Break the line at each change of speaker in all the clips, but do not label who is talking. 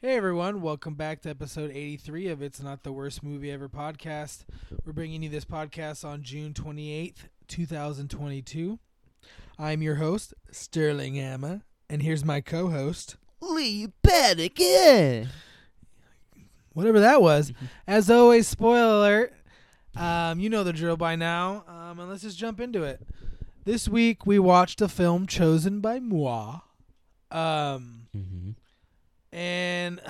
Hey everyone, welcome back to episode 83 of It's Not the Worst Movie Ever podcast. We're bringing you this podcast on June 28th, 2022. I'm your host, Sterling Amma, and here's my co host,
Lee Panican.
whatever that was. As always, spoiler alert. Um, you know the drill by now, um, and let's just jump into it. This week we watched a film chosen by moi. Um,
Mm-hmm.
and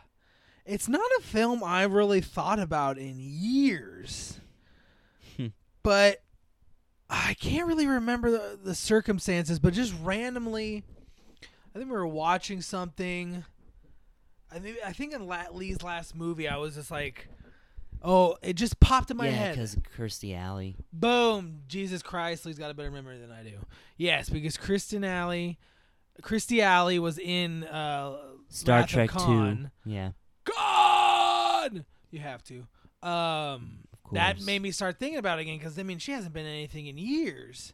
it's not a film I really thought about in years.
Hmm.
but I can't really remember the, the circumstances, but just randomly, I think we were watching something. I think I think in La- Lee's last movie, I was just like, "Oh, it just popped in my
yeah,
head."
because Kirstie Alley.
Boom! Jesus Christ, Lee's got a better memory than I do. Yes, because Kristen Alley, Christy Alley was in uh,
Star
Wrath of
Trek
Khan.
Two. Yeah,
God, you have to. Um,
of course.
that made me start thinking about it again because I mean she hasn't been in anything in years.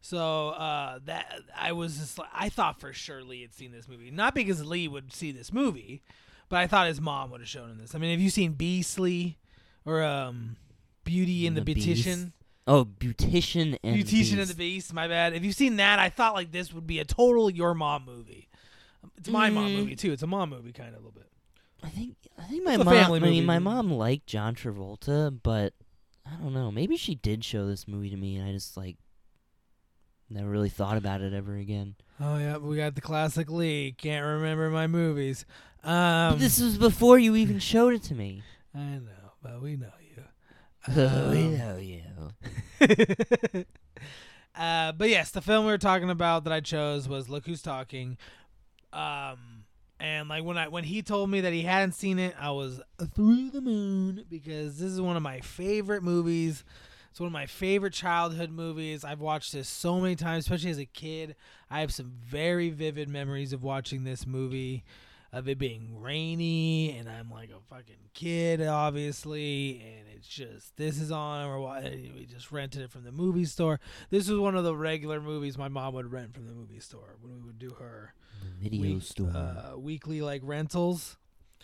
So uh, that I was just like, I thought for sure Lee had seen this movie, not because Lee would see this movie, but I thought his mom would have shown him this. I mean, have you seen Beastly or um, Beauty and the,
And the
Beautician?
Oh, Beautician and the
Beautician and the
Beast.
Beast. My bad. If you've seen that, I thought like this would be a total your mom movie. It's my mom
Mm.
movie too. It's a mom movie kind of a little bit.
I think I think my
It's a
mom.
family
I mean,
movie,
my
dude.
mom liked John Travolta, but I don't know. Maybe she did show this movie to me, and I just like never really thought about it ever again.
Oh yeah, we got the classic Lee. Can't remember my movies.
But
Um,
this was before you even showed it to me.
I know, but we know you.
Oh, we
Um,
know you.
uh, but yes, the film we were talking about that I chose was Look Who's Talking. Um, and like when I when he told me that he hadn't seen it, I was through the moon because this is one of my favorite movies. It's one of my favorite childhood movies. I've watched this so many times, especially as a kid. I have some very vivid memories of watching this movie, of it being rainy, and I'm like a fucking kid, obviously. And it's just this is on. Or we just rented it from the movie store. This was one of the regular movies my mom would rent from the movie store when we would do her
The video
week-
store.
uh, weekly like rentals.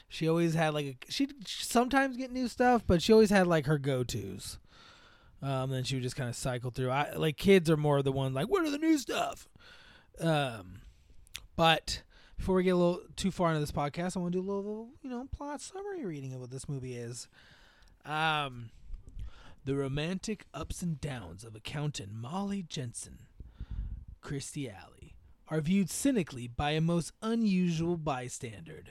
She always had like a, she'd sometimes get new stuff, but she always had like her go tos. Um, then she would just kind of cycle through. I like kids are more the one like, what are the new stuff? Um, but before we get a little too far into this podcast, I want to do a little you know plot summary reading of what this movie is. Um, the romantic ups and downs of accountant Molly Jensen, Christy Alley are viewed cynically by a most unusual bystander.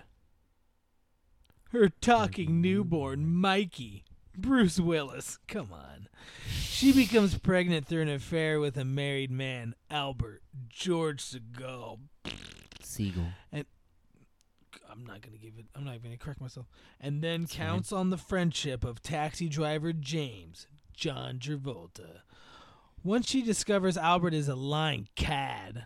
Her talking newborn, Mikey, Bruce Willis, come on. She becomes pregnant through an affair with a married man, Albert George Segal.
Seagull.
I'm not gonna give it. I'm not even gonna correct myself. And then
That's fine.
counts on the friendship of taxi driver James John Travolta. Once she discovers Albert is a lying cad, I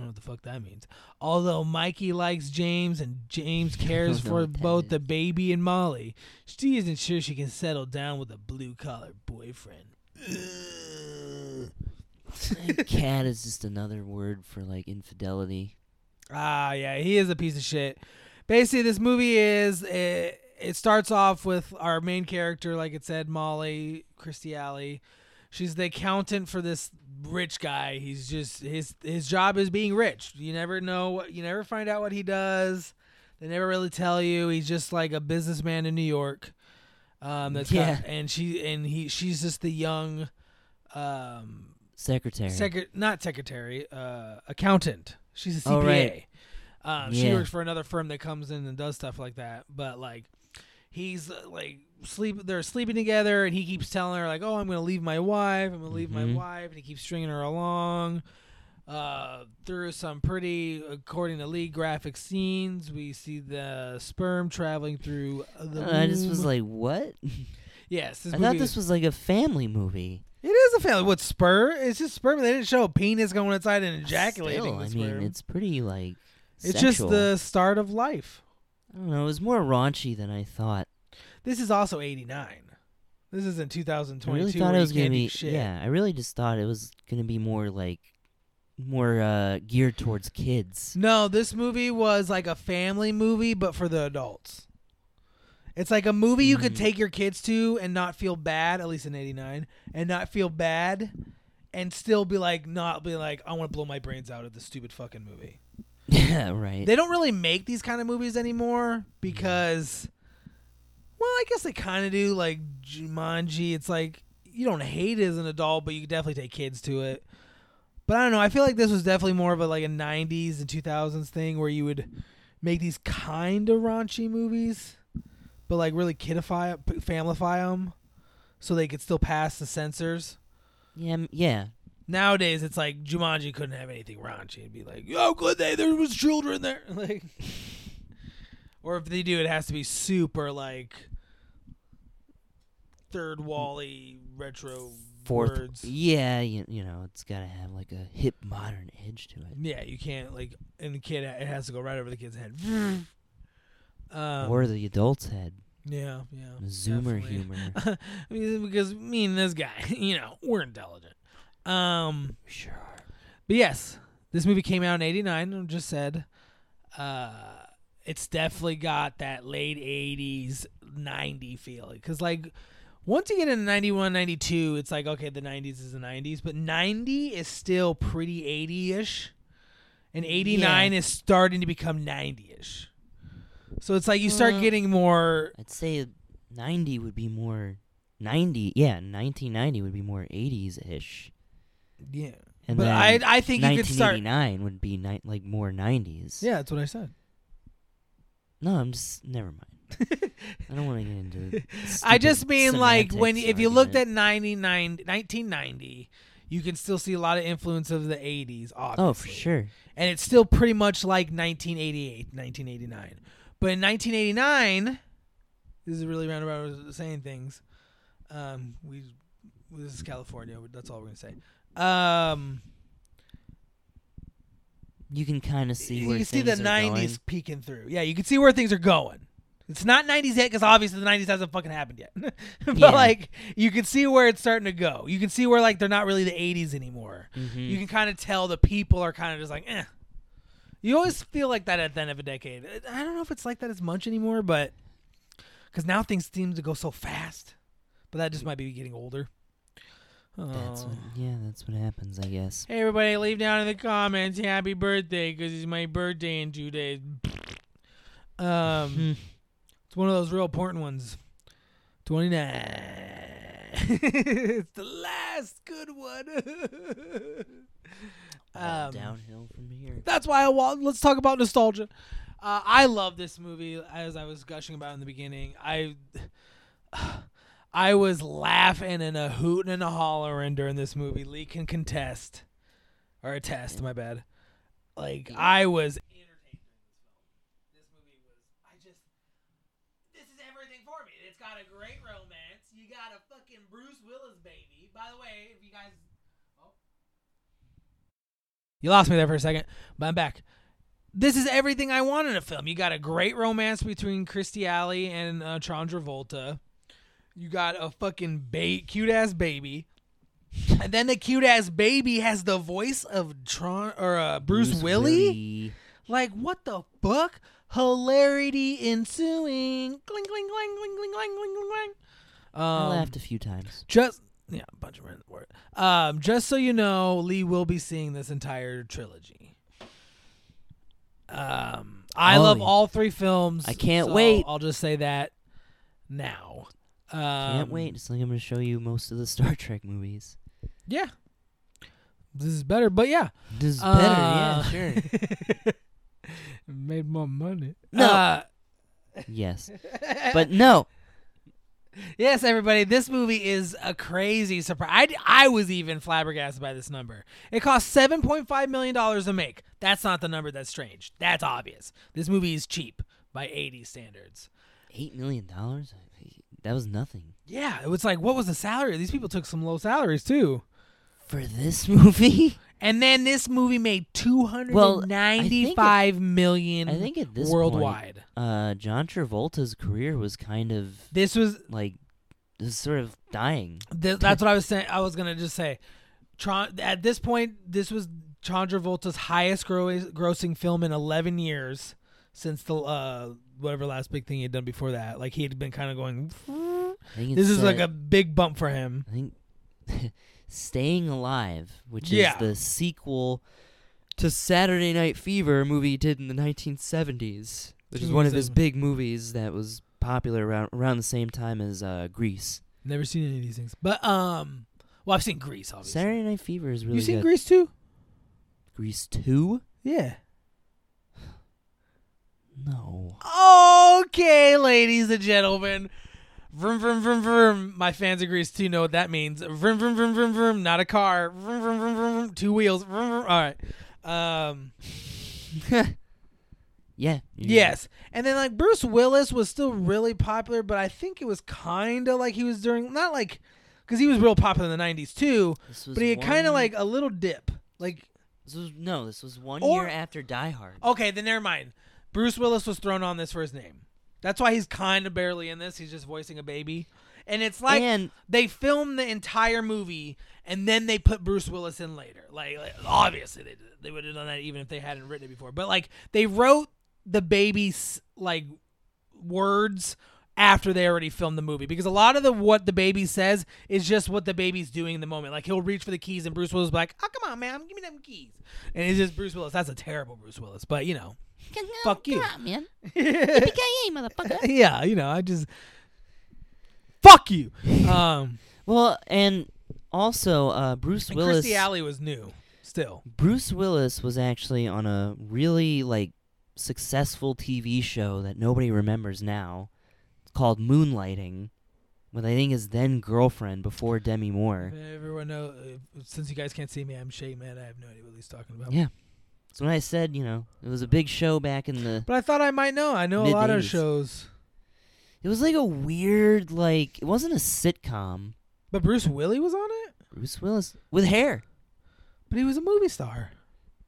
don't know what the fuck that means. Although Mikey likes James and James cares
don't know
for
what that
both the
is.
baby and Molly, she isn't sure she can settle down with a blue collar boyfriend.
Cat is just another word for like infidelity.
Ah, yeah, he is a piece of shit. Basically, this movie is it, it starts off with our main character, like it said, Molly Christie Alley. She's the accountant for this rich guy. He's just his his job is being rich. You never know what you never find out what he does. They never really tell you. He's just like a businessman in New York. Um, that's yeah.
Yeah.
and she and he she's just the young, um,
Secretary.
Secret, not secretary, uh, accountant. She's a CPA.
Oh, right.
um, She
Yeah.
works for another firm that comes in and does stuff like that. But like, he's uh, like sleep. They're sleeping together, and he keeps telling her like, "Oh, I'm gonna leave my wife. I'm gonna leave my
Mhm.
wife," and he keeps stringing her along. Uh, through some pretty, according to Lee, graphic scenes, we see the sperm traveling through the.
Uh, I just was
womb.
like, what?
yes, this
I
movie
thought
is
this was like a family movie.
It is a family. What spur? It's just sperm. They didn't show a penis going inside and ejaculating.
Still,
with
I mean,
sperm.
it's pretty like.
It's just
sexual.
the start of life.
I don't know. It was more raunchy than I thought.
This is also eighty nine. This is in two thousand twenty two.
I really thought it was
gonna
gonna be.
shit.
Yeah, I really just thought it was gonna be more like more uh, geared towards kids.
No, this movie was like a family movie, but for the adults. It's like a movie you could
Mhm.
take your kids to and not feel bad, at least in '89, and not feel bad, and still be like, not be like, I want to blow my brains out at this stupid fucking movie.
yeah, right.
They don't really make these kind of movies anymore because, well, I guess they kind of do. Like Jumanji, it's like you don't hate it as an adult, but you could definitely take kids to it. But I don't know. I feel like this was definitely more of a like a '90s and 2000s thing where you would make these kind of raunchy movies, but like really kidify, p- familify them, so they could still pass the censors.
yeah, m- yeah.
Nowadays, it's like Jumanji couldn't have anything raunchy. It'd be like, oh, could they? There was children there. Like, or if they do, it has to be super like third wally retro
Fourth. E?
words.
Yeah, you, you know, it's got to have like a hip modern edge to it.
Yeah, you can't like, and the kid it has to go right over the kid's head. um,
or the adult's head.
yeah, yeah,
Zoomer
definitely.
humor.
I mean, because me and this guy, you know, we're intelligent. Um,
sure.
But yes, this movie came out in '89. I just said, uh, it's definitely got that late '80s '90 feeling. Because like, once you get into '91, '92, it's like okay, the '90s is the '90s, but '90 is still pretty '80ish, and '89
Yeah.
is starting to become '90ish. So it's like you start
Well-
getting more.
I'd say 90 would be more. 90, yeah, 1990 would be more 80s ish.
Yeah,
And
but
then
I I think you could start.
1989 would be ni- like more 90s.
Yeah, that's what I said.
No, I'm just. Never mind. I don't want to get into.
I
stupid
just mean like when
semantics
if you looked at
argument.
99 1990, you can still see a lot of influence of the 80s obviously.
Oh, for sure.
And it's still pretty much like 1988, 1989. But in 1989, this is really roundabout way of saying things. Um we this is California, that's all we're going to say. Um
You can kind of see where
you see the
things are going.
peeking through. Yeah, you can see where things are going. It's not 90s yet because obviously the 90s hasn't fucking happened yet. but
Yeah.
like you can see where it's starting to go. You can see where like they're not really the 80s anymore.
Mhm.
You can kind of tell the people are kind of just like, eh. You always feel like that at the end of a decade. I don't know if it's like that as much anymore, but because now things seem to go so fast. But that just might be getting older.
Mm. That's
Oh.
what, yeah, that's what happens, I guess.
Hey everybody, leave down in the comments happy birthday because it's my birthday in two days. Um,
Hmm.
it's one of those real important ones. Twenty nine. it's the last good one.
All
um,
downhill from here.
that's why I want. Let's talk about nostalgia. Uh, I love this movie, as I was gushing about in the beginning. I, I was laughing and a hooting and a hollering during this movie. Lee can contest, or attest. My bad. Like
Yeah.
I was. entertained during This film. This movie was. I just. This is everything for me. It's got a great romance. You got a fucking Bruce Willis baby. By the way, if you guys you lost me there for a second, but I'm back. This is everything I want in a film. You got a great romance between Christy Alley and uh, Tron Travolta. You got a fucking ba- cute ass baby, and then the cute ass baby has the voice of Tron or uh, Bruce, Willie. Like what the fuck? Hilarity ensuing. Cling cling cling cling cling cling cling cling. cling. Um,
I laughed a few times.
just yeah, a bunch of random words. Um, just so you know, Lee will be seeing this entire trilogy. Um, I
Oh,
love
yeah.
all three films.
I can't
so
wait.
I'll just say that now. Um,
Can't wait. It's like I'm going to show you most of the Star Trek movies.
Yeah, this is better. But yeah,
This is
Uh,
better, yeah, sure.
made more money.
No.
Uh,
yes. But no.
Yes, everybody. This movie is a crazy surprise. I, I was even flabbergasted by this number. It cost seven point five million dollars to make. That's not the number that's strange. That's obvious. This movie is cheap by eighty standards.
$8 million? That was nothing.
Yeah, it was like, what was the salary? These people took some low salaries too.
For this movie?
And then this movie made two hundred
Well,
and
I think
ninety-five million
I think at this point,
worldwide.
uh, John Travolta's career was kind of
This was
like was sort of dying.
Th- that's what I was saying. I was gonna just say, Tron. At this point, this was Chandra Volta's highest gro- grossing film in 11 years since the uh, whatever last big thing he had done before that. Like he had been kind of going.
I think
This
it's,
is like
uh,
a big bump for him.
I think Staying Alive, which
Yeah.
is the sequel to Saturday Night Fever, a movie he did in the 1970s, which is one of his
1970.
big movies that was popular around around the same time as uh, Grease.
Never seen any of these things, but um, well, I've seen Grease. Obviously,
Saturday Night Fever is really
you seen
good.
Grease too?
Grease 2?
Yeah.
No.
Okay, ladies and gentlemen. Vroom vroom vroom vroom. My fans of Grease too know what that means. Vroom vroom vroom vroom vroom. Not a car. Vroom vroom vroom vroom. vroom. Two wheels. Vroom vroom. All right. Um.
yeah. you-
Yes. And then like Bruce Willis was still really popular, but I think it was kind of like he was during not like because he was real popular in the '90s too,
This was
but he had kind of
one-
like a little dip. Like
This was, no, this was one
Or- Oh,
year after Die Hard.
okay, then never mind. Bruce Willis was thrown on this for his name. That's why he's kind of barely in this. He's just voicing a baby, and it's like
and
they filmed the entire movie and then they put Bruce Willis in later. Like, like, obviously they they would have done that even if they hadn't written it before. But like they wrote the baby's like words after they already filmed the movie because a lot of the what the baby says is just what the baby's doing in the moment. Like he'll reach for the keys and Bruce Willis will be like, "Oh come on, man, give me them keys," and it's just Bruce Willis. That's a terrible Bruce Willis, but you know, fuck you,
man.
motherfucker. yeah, you know, I just fuck you. Um.
Well, and also uh, Bruce
And
Willis.
Christy Alley was new, still.
Bruce Willis was actually on a really like successful TV show that nobody remembers now. It's called Moonlighting, with I think his then girlfriend before Demi Moore.
Everyone know. Uh, since you guys can't see me, I'm shaking my head. I have no idea what he's talking about.
Yeah. So when I said, you know, it was a big show back in the
But I thought I might know. I know a lot of
Mid-eighties.
shows.
It was like a weird like it wasn't a sitcom.
But Bruce Willie was on it.
Bruce Willis with hair.
But he was a movie star.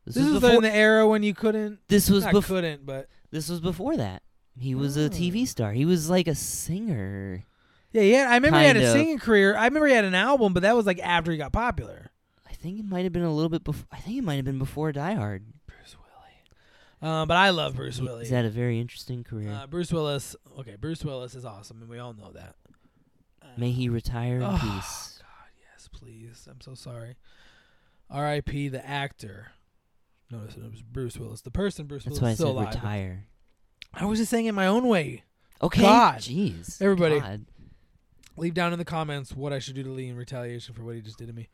This,
This, was,
was
in
before
the era when you couldn't.
this was
not
before
couldn't, but
This was before that. He was
Oh.
a TV star. He was like a singer.
yeah, yeah. I remember he had
Kind
a
of.
singing career. I remember he had an album, but that was like after he got popular.
I think it might have been a little bit before. I think it might have been before Die Hard.
Bruce Willie. Um, but I love Bruce
He-
Willie.
He's had a very interesting career.
Uh, Bruce Willis. Okay, Bruce Willis is awesome, and we all know that. Uh,
May he retire in
oh,
peace.
God, yes, please. I'm so sorry. R.I.P. the actor. Notice it was Bruce Willis. The person Bruce Willis
That's why I
is still
said
alive.
retire.
I was just saying it my own way.
Okay.
God.
Jeez.
Everybody.
God.
Leave down in the comments what I should do to Lee in retaliation for what he just did to me.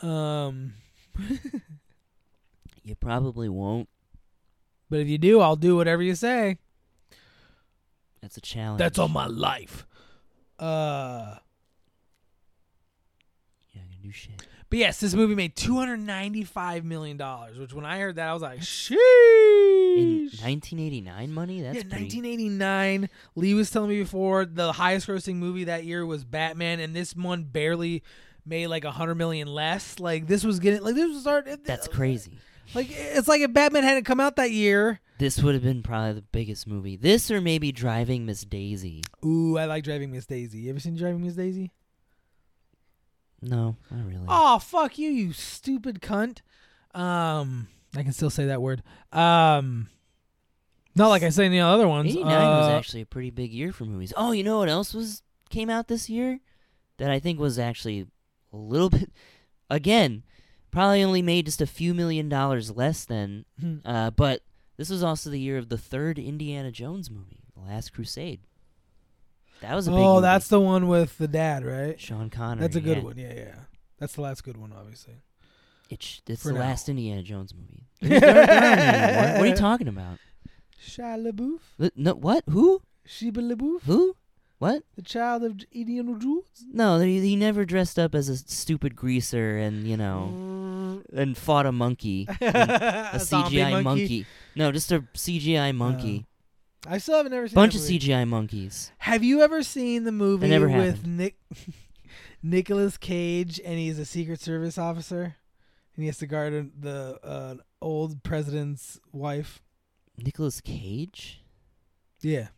Um,
You probably won't.
but if you do, I'll do whatever you say.
That's a challenge.
That's all my life. Uh,
You're not gonna do shit.
but yes, this movie made 295 million dollars, which when I heard that, I was like, sheesh.
In 1989 money. That's
yeah,
pretty.
1989. Lee was telling me before the highest grossing movie that year was Batman, and this one barely made like a hundred million less. Like this was getting like this was our.
That's crazy.
Like it's like if Batman hadn't come out that year.
This would have been probably the biggest movie. This or maybe Driving Miss Daisy.
Ooh, I like Driving Miss Daisy. You ever seen Driving Miss Daisy?
No, not really.
Oh fuck you, you stupid cunt. Um, I can still say that word. Um, not like I say any other ones.
89
Uh,
was actually a pretty big year for movies. Oh, you know what else was came out this year that I think was actually a little bit again, probably only made just a few million dollars less than
Hmm.
uh, but this was also the year of the third Indiana Jones movie, The Last Crusade. That was a big
oh,
movie.
that's the one with the dad, right?
Sean Connery.
That's a good
yeah.
one. Yeah, yeah. That's the last good one, obviously.
It's, it's
For
the
now.
last Indiana Jones movie. There's no Brown anymore. What are you talking about?
Shia LaBeouf,
Li- No, what? Who?
Sheba LaBeouf,
Who? What?
the child of Indiana Jones.
No, he, he never dressed up as a stupid greaser and you know and fought a monkey, a
Mm. a zombie Oh,
CGI monkey. No, just a CGI monkey.
Uh, I still haven't ever seen
Bunch
that
of
movie.
CGI monkeys.
Have you ever seen the movie
never
with
happened.
Nick Nicholas Cage and he's a Secret Service officer and he has to guard an- the uh, old president's wife?
Nicolas Cage.
Yeah.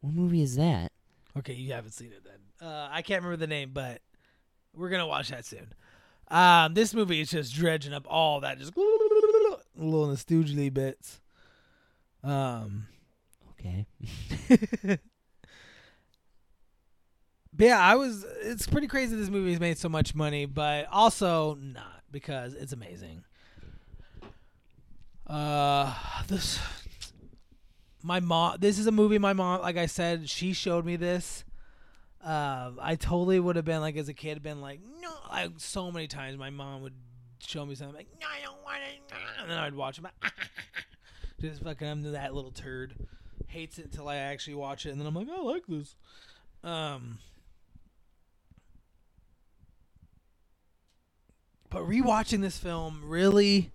What movie is that?
Okay, you haven't seen it then. Uh, I can't remember the name, but we're gonna watch that soon. Um, this movie is just dredging up all that, just little nostalgia bits. Um,
Okay.
but yeah, I was. It's pretty crazy this movie's made so much money, but also not because it's amazing. Uh, this. My mom. This is a movie. My mom, like I said, she showed me this. Um, I totally would have been like, as a kid, been like, no. Like so many times, my mom would show me something like, no, I don't want it, no," and then I'd watch it, just fucking. I'm that little turd hates it until I actually watch it, and then I'm like, I like this. Um, but rewatching this film really,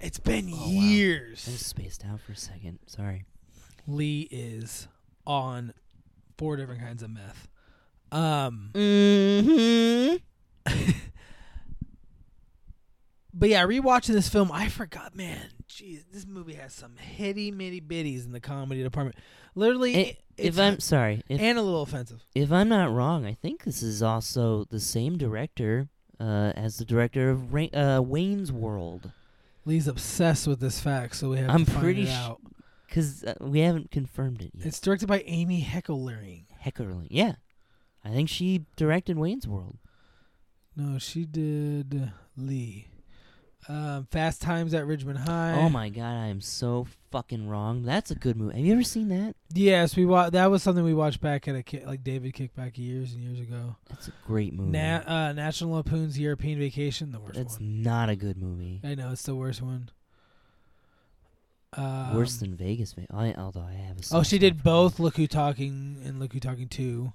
it's been
Oh, wow.
years.
I was spaced out for a second. Sorry.
Lee is on four different kinds of meth. Um,
Mm-hmm.
but yeah, rewatching this film, I forgot, man. Jeez, this movie has some hitty mitty bitties in the comedy department. Literally,
It-
it's-
If I'm sorry, if
and a little offensive.
if I'm not wrong, I think this is also the same director uh, as the director of Ra- uh, Wayne's World,
Lee's obsessed with this fact, so we have.
I'm
to find
pretty
it
sh-
out.
because uh, we haven't confirmed it yet.
It's directed by Amy Heckerling.
Heckerling, yeah, I think she directed Wayne's World.
No, she did Lee. Um, Fast Times at Ridgemont High.
oh my god, I am so fucking wrong. That's a good movie. Have you ever seen that?
Yes, we wa- That was something we watched back at a ki- like David kicked back years and years ago.
That's a great movie.
Na- uh, National Lampoon's European Vacation, the worst
Mm. That's
one.
not a good movie.
I know it's the worst one. Um,
Worse than Vegas. Va- I, although I have a.
Oh,
soft
she
spot
did
for
both. Look Who Talking and Look Who Talking Two.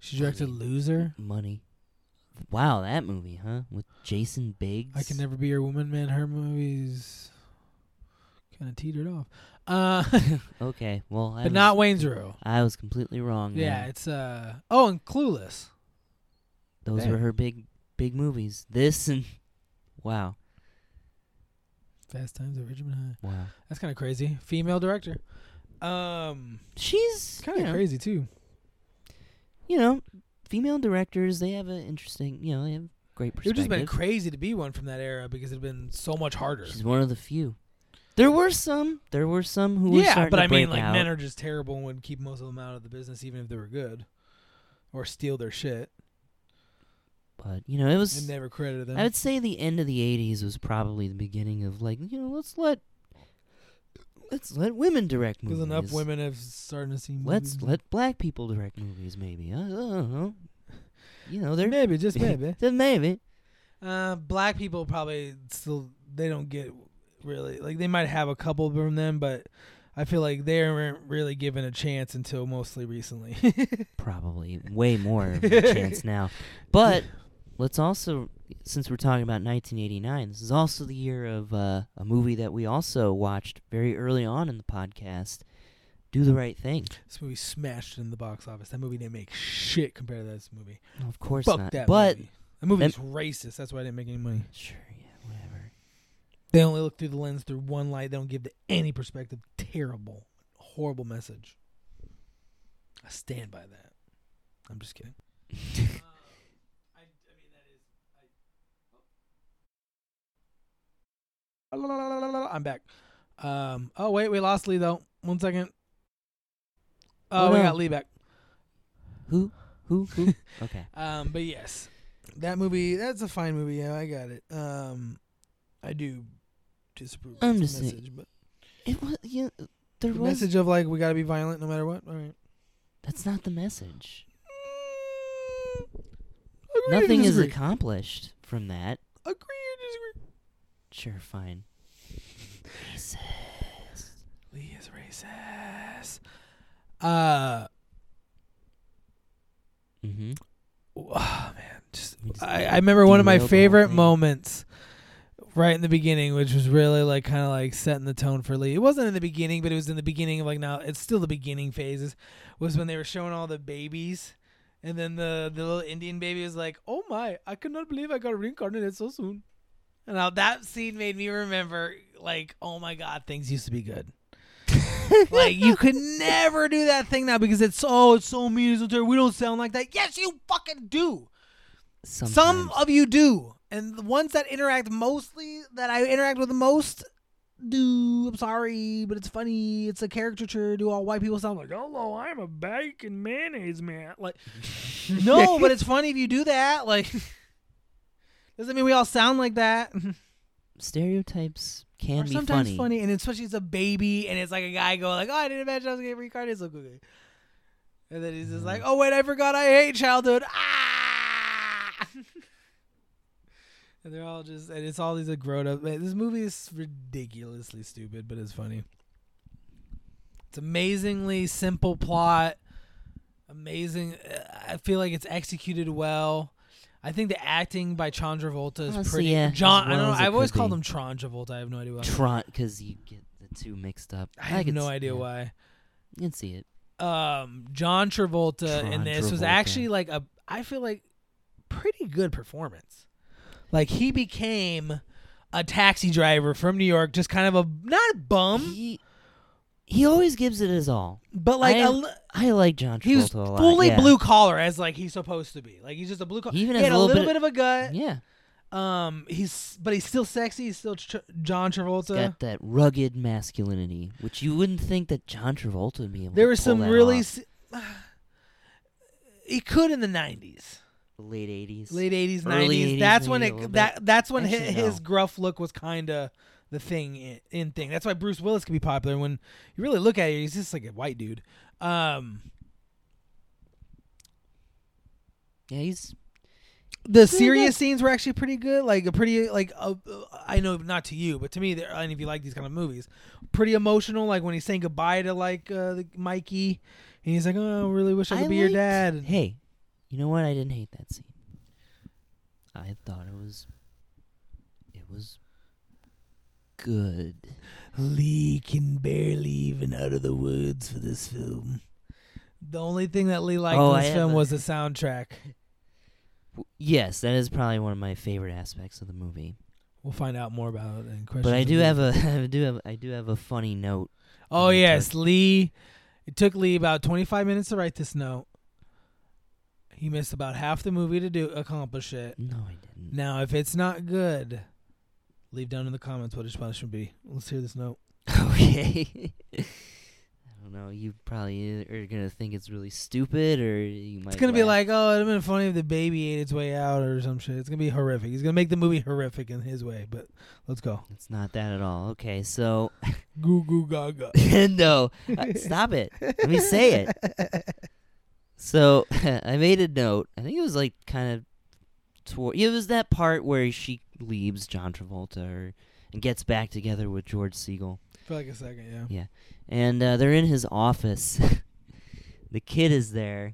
She directed
mean,
Loser.
Money. Wow, that movie, huh? With Jason Biggs.
I can never be your woman, man. Her movies kind of teetered off. Uh,
Okay, well, I
but
was, Mm-hmm.
not Wayne's World.
I was completely wrong.
Yeah,
there.
it's uh oh, and Clueless.
those
there.
were her big, big movies. This and wow,
Fast Times at Ridgemont High.
wow.
That's kind of crazy. Female director. Um,
She's
kind
you
of
know,
crazy too.
You know, female directors they have an interesting, you know, they have great
It would
perspective.
just been crazy to be one from that era because it'd been so much harder.
She's one of the few. There were some. There were some who were
yeah,
starting
but
to
I mean,
break
like
out.
men are just terrible and would keep most of them out of the business even if they were good, or steal their shit
but you know, it
and
was.
never credited them.
I would say the end of the '80s was probably the beginning of like you know let's let let's let women direct movies.
Because enough women have started to see.
Let's
movies.
let black people direct movies, maybe. I, I don't know. You know, they're
maybe just maybe.
Just maybe.
Uh, black people probably still they don't get really like they might have a couple from them, but I feel like they weren't really given a chance until mostly recently.
Probably way more of a chance now. But let's also, since we're talking about 1989, this is also the year of uh, a movie that we also watched very early on in the podcast. Do the right thing.
this movie smashed in the box office. That movie didn't make shit compared to this movie.
No, of course
Fuck
not.
that
but
movie. That movie's racist. That's why I didn't make any money.
sure, yeah, whatever.
They only look through the lens through one light. They don't give the, any perspective. Terrible, horrible message. I stand by that. I'm just kidding. I'm back. Um. Oh wait, we lost Lee though. One second. Oh,
Oh,
we
no.
got Lee back.
who? Who? Who? Okay.
Um. But yes, that movie. That's a fine movie. Yeah, I got it. Um. I do disapprove of
I'm
this
just saying,
message, but
It was. Yeah, there
the
was.
message of like we got to be violent no matter what. All right.
That's not the message.
Mm, Agree or
Nothing is
disagree?
accomplished from that.
Agree or
Sure, fine. Racist.
disagree? Lee is racist. Uh,
Mm-hmm.
oh, man, just
We just
I, I remember one of my
derailed the whole
favorite
thing.
moments right in the beginning, which was really like kind of like setting the tone for Lee. It wasn't in the beginning, but it was in the beginning of like now it's still the beginning phases. Was when they were showing all the babies. And then the, the little Indian baby was like, "Oh my! I cannot believe I got reincarnated so soon." And now that scene made me remember, like, "Oh my God, things used to be good." like you could never do "Oh, that thing now because it's so it's so mean, it's so terrible. We don't sound like that. Yes, you fucking do.
Sometimes.
Some of you do, and the ones that interact mostly that I interact with the most do. I'm sorry, but it's funny. It's a caricature. Do all white people sound like, "Hello, I'm a bacon mayonnaise man"? Like, no, but it's funny if you do that. Like, doesn't mean we all sound like that.
stereotypes can
Or
be
sometimes
funny.
and especially it's a baby, and it's like a guy going like, "Oh, I didn't imagine I was getting reincarnated so quickly," and then he's just like, "Oh wait, I forgot I hate childhood." Ah! and they're all just, and it's all these like, grown up. Man, this movie is ridiculously stupid, but it's funny. It's amazingly simple plot. Amazing. uh, I feel like it's executed well. I think the acting by John Travolta is
Honestly,
pretty.
yeah, as
John, I
well
don't.
as
know.
it
I've always
could
called
be.
him Tron Travolta. I have no idea why.
Tron, because you get the two mixed up.
I have
could
no
s-
idea
yeah,
why.
You can see it.
Um, John Travolta in
John
this was
Travolta.
actually like a, I feel like, pretty good performance. Like he became a taxi driver from New York, just kind of a not a bum,
he, he always gives it his all.
but like
I
a
am-
l-
I like John Travolta
he was
a lot.
fully
yeah.
blue collar as like he's supposed to be. Like he's just a blue collar.
He
He,
even has
had a little, bit,
of-
of a gut.
Yeah,
Um, he's but he's still sexy. He's still tr- John Travolta.
got that rugged masculinity, which you wouldn't think that John Travolta would be able.
there
to
was
pull
some
that
really.
off.
s he could in the nineties.
late '80s.
late 80s
Early
90s
80s,
that's when
maybe a little
it that that's when his,
Actually, no.
his gruff look was kind of the thing in, in thing that's why bruce willis could be popular when you really look at it he's just like a white dude um
Yeah, he's
the
good.
serious scenes were actually pretty good like a pretty like a, i know not to you but to me they're- and if you like these kind of movies pretty emotional like when he's saying goodbye to like uh the, mikey and he's like oh i really wish i could
I
be your
liked-
dad and
Hey, you know what? I didn't hate that scene. I thought it was. It was. Good.
Lee can barely even utter the words for this film. The only thing that Lee liked
Oh,
in
I
this
have
film
a-
was the soundtrack.
W- Yes, that is probably one of my favorite aspects of the movie.
We'll find out more about it in questions.
But I
of
do
Lee.
have a, I do have, I do have a funny note.
Oh
it took-
yes, Lee. It took Lee about 25 minutes to write this note. He missed about half the movie to do accomplish it.
No, I didn't.
Now, if it's not good, leave down in the comments what his punishment be. Let's hear this note.
Okay. I don't know. You probably are gonna think it's really stupid, or you might.
It's gonna be
laugh.
like, oh, it'd have been funny if the baby ate its way out or some shit. It's gonna be horrific. He's gonna make the movie horrific in his way. But let's go.
It's not that at all. Okay, so
Goo goo gaga.
no, Uh, stop it. Let me say it. So I made a note. I think it was like kind of toward. It was that part where she leaves John Travolta or, and gets back together with George Siegel,
For like a second, yeah.
and uh, they're in his office. the kid is there.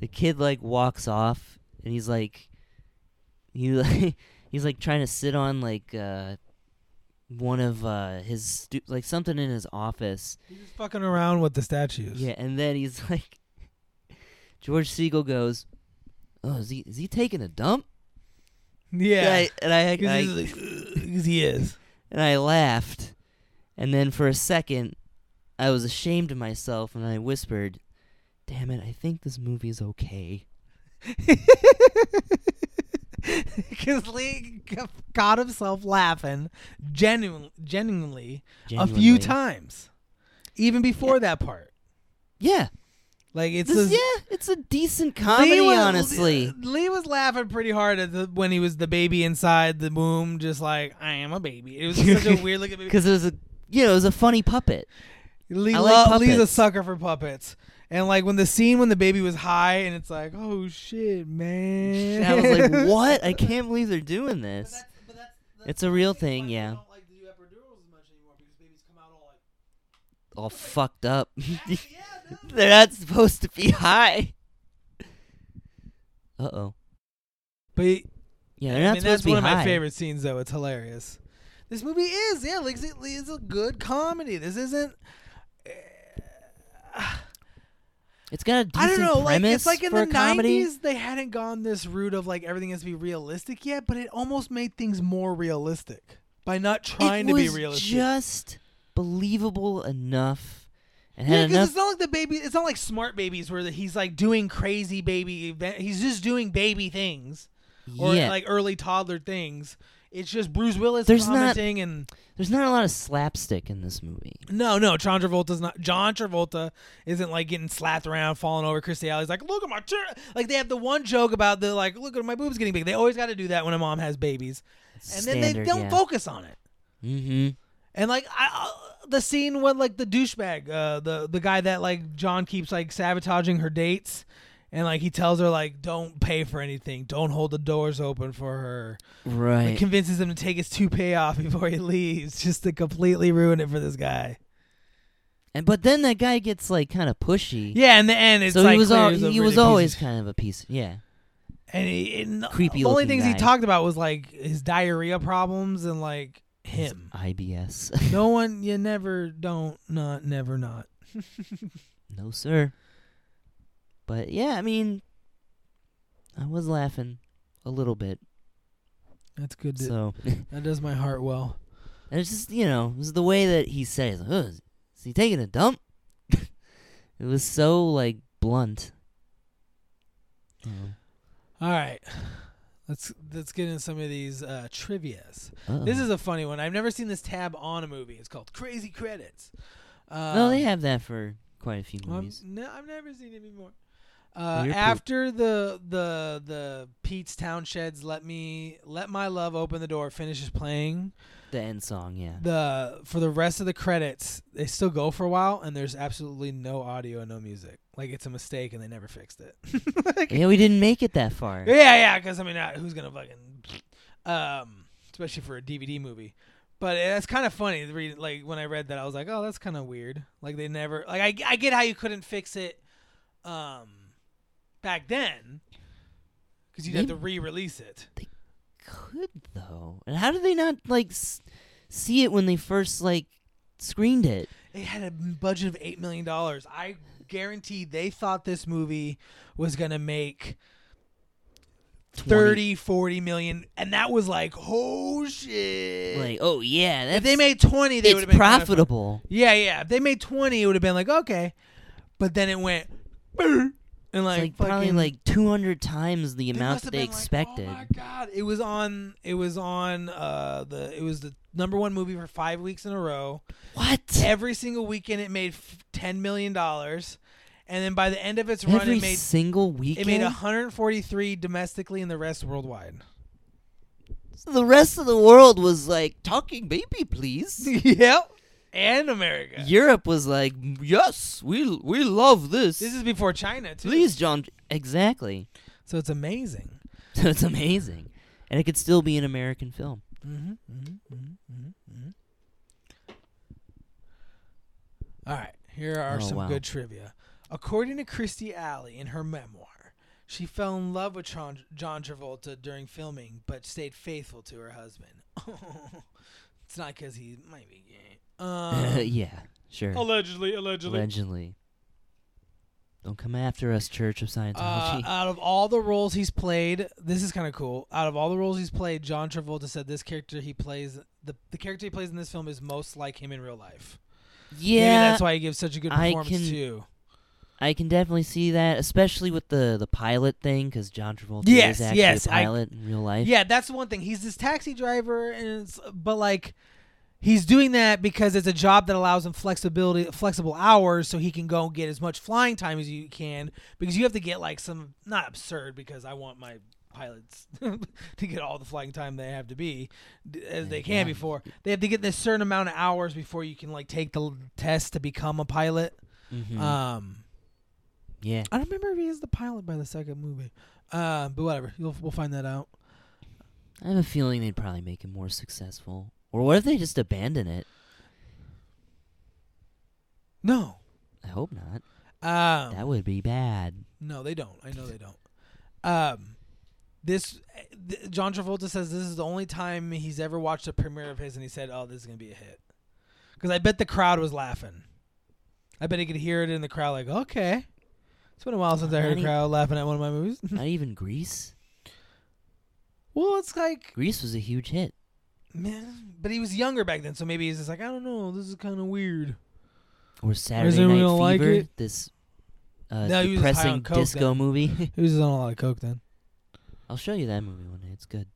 The kid like walks off, and he's like, he like he's like trying to sit on like uh, one of uh, his stu- like something in his office,
He's just fucking around with the statues.
Yeah, and then he's like, George Siegel goes, "Oh, is he is he taking a dump?"
Yeah.
and I, and I,
'Cause
I-
he's like, "Ugh," 'cause he is.
and I laughed, and then for a second, I was ashamed of myself, and I whispered, "Damn it, I think this movie's okay."
Because Lee g- got himself laughing genuinely, genuinely, a few
Genuinely.
times, even before that part.
Yeah,
Like it's
this,
a,
yeah, it's a decent
Lee
comedy,
was- uh,
honestly.
Lee was laughing pretty hard at the, when he was the baby inside the womb, just like I am a baby. It was such a weird looking baby.
Because it was a, you know, it was a funny puppet.
Lee,
I like
lo- Lee's a
puppets.
sucker for puppets. And like when the scene when the baby was high and it's like, oh shit, man.
And I was like, "What? I can't believe they're doing
But
this."
that's- but that's- that's
It's a real thing,
why they
yeah.
don't like to do epidurals as much anymore because babies come out all like,
All fucked up.
"Ah, yeah, no."
They're not supposed to be high. Uh oh.
But
Yeah,
I
they're not
mean,
supposed
that's
to be
one of
high.
my favorite scenes though. It's hilarious. This movie is yeah, like it is a good comedy. This isn't.
It's got a decent
I don't know. Like
premise
it's like in
for
the
a comedy.
'90s, they hadn't gone this route of like everything has to be realistic yet, but it almost made things more realistic by not trying
it
to
was
be realistic.
just believable enough, and
Yeah,
had
because
enough.
it's not like the baby. It's not like smart babies where the, he's like doing crazy baby event. He's just doing baby things. or
yeah,
like early toddler things. It's just Bruce Willis
There's not-
commenting and
there's not a lot of slapstick in this movie.
no, no, John Travolta's not. John Travolta isn't like getting slapped around, falling over. Christy Alley's like, look at my chair. Like they have the one joke about the like, look at my boobs getting big. They always got to do that when a mom has babies, and then they don't focus on it.
Mm-hmm.
And like I, uh, the scene with like the douchebag, uh, the the guy that like John keeps like sabotaging her dates, and like he tells her like don't pay for anything, don't hold the doors open for her,
Right.
and convinces him to take his toupee off before he leaves, just to completely ruin it for this guy.
and but then that guy gets like kind of pushy.
Yeah, in the end, it's
so
like
he was
clear
al-
he's a
he
really
was
piece of
always
sh-
kind of a piece. Yeah.
and he, and the
creepy
only
looking
things he
guy.
talked about was like his diarrhea problems and like
His
him.
IBS.
no one, you never don't not never not.
no sir. But yeah, I mean, I was laughing a little bit.
That's good. To,
So
That does my heart well.
And it's just you know, it was the way that he said it. Like, "Ugh, is is he taking a dump? it was so like blunt. You know,
All right. Let's let's get into some of these uh, trivia's.
uh-oh.
This is a funny one. I've never seen this tab on a movie. It's called Crazy Credits. Uh,
no, they have that for quite a few
I'm,
movies.
no, I've never seen it before. Uh,
Weird poop.
after the the the Pete's Townsheds let me let my love open the door finishes playing
The end song, yeah.
the for the rest of the credits they still go for a while and there's absolutely no audio and no music like it's a mistake and they never fixed it. Like-
yeah, we didn't make it that far.
Yeah, yeah, because I mean, uh, who's gonna fucking, um, especially for a DVD movie. But eh, that's kind of funny. to read- Like when I read that, I was like, oh, that's kind of weird. Like they never, like I, I get how you couldn't fix it, um, back then, because you'd have to re-release it.
Could though, and how did they not like s- see it when they first like screened it?
It had a budget of eight million dollars. I guarantee they thought this movie was gonna make
20,
30, 40 million, and that was like, oh shit.
Like, oh yeah, that's,
if they made twenty, they would
it's
have been kind of
profitable.
Yeah, yeah. If they made twenty, it would have been like okay, but then it went, "Brr," and like,
it's like probably
fucking-
like two hundred times
they
the amount
must
that
have
they
been like,
expected.
oh my god! It was on. It was on. Uh, the it was the number one movie for five weeks in a row.
what?
Every single weekend, it made f- ten million dollars, and then by the end of its run,
Every
it made
single
it
weekend.
made one hundred forty three domestically and the rest worldwide.
the rest of the world was like talking baby, please.
yep, and America.
Europe was like, yes, we we love this.
this is before China too.
please, John. Exactly.
So it's amazing.
So it's amazing, and it could still be an American film.
Mm-hmm, mm-hmm, mm-hmm, mm-hmm. All right, here are
Oh,
some
wow.
good trivia. According to Christy Alley in her memoir, she fell in love with Tron- John Travolta during filming, but stayed faithful to her husband. it's not because he might be gay. Um,
yeah, sure.
allegedly, allegedly.
Allegedly. Don't come after us, Church of
Uh,
Scientology.
out of all the roles he's played, this is kind of cool. Out of all the roles he's played, John Travolta said this character he plays, the, the character he plays in this film is most like him in real life. Maybe
yeah,
that's why he gives such a good
I
performance
can-
too.
I can definitely see that, especially with the the pilot thing, because John Travolta
Yes,
is actually
yes,
a
I-
pilot in real life.
Yeah, that's the one thing. He's this taxi driver, and it's, but like, he's doing that because it's a job that allows him flexibility, flexible hours, so he can go and get as much flying time as you can. Because you have to get like some not absurd, because I want my pilots to get all the flying time they have to be d- as they
Yeah.
can before they have to get this certain amount of hours before you can like take the l- test to become a pilot.
Mhm.
Um.
yeah.
I don't remember if he is the pilot by the second movie. Uh, but whatever, You'll, we'll find that out.
I have a feeling they'd probably make it more successful. Or what if they just abandon it?
No,
I hope not.
um,
That would be bad.
no, they don't. I know they don't. Um, this th- John Travolta says this is the only time he's ever watched a premiere of his, and he said, "Oh, this is gonna be a hit," because I bet the crowd was laughing. I bet he could hear it in the crowd, like, "Okay." It's been a while since I heard a
Honey.
crowd laughing at one of my movies.
not even Greece.
well, it's like,
Greece was a huge hit.
man, but he was younger back then, so maybe he's just like, I don't know, this is kind of weird.
Or Saturday
anyone
Night Fever,
gonna like it?
this uh,
No, he was high on
depressing
coke
disco
then.
movie.
He was on a lot of coke then.
I'll show you that movie one day. It's good.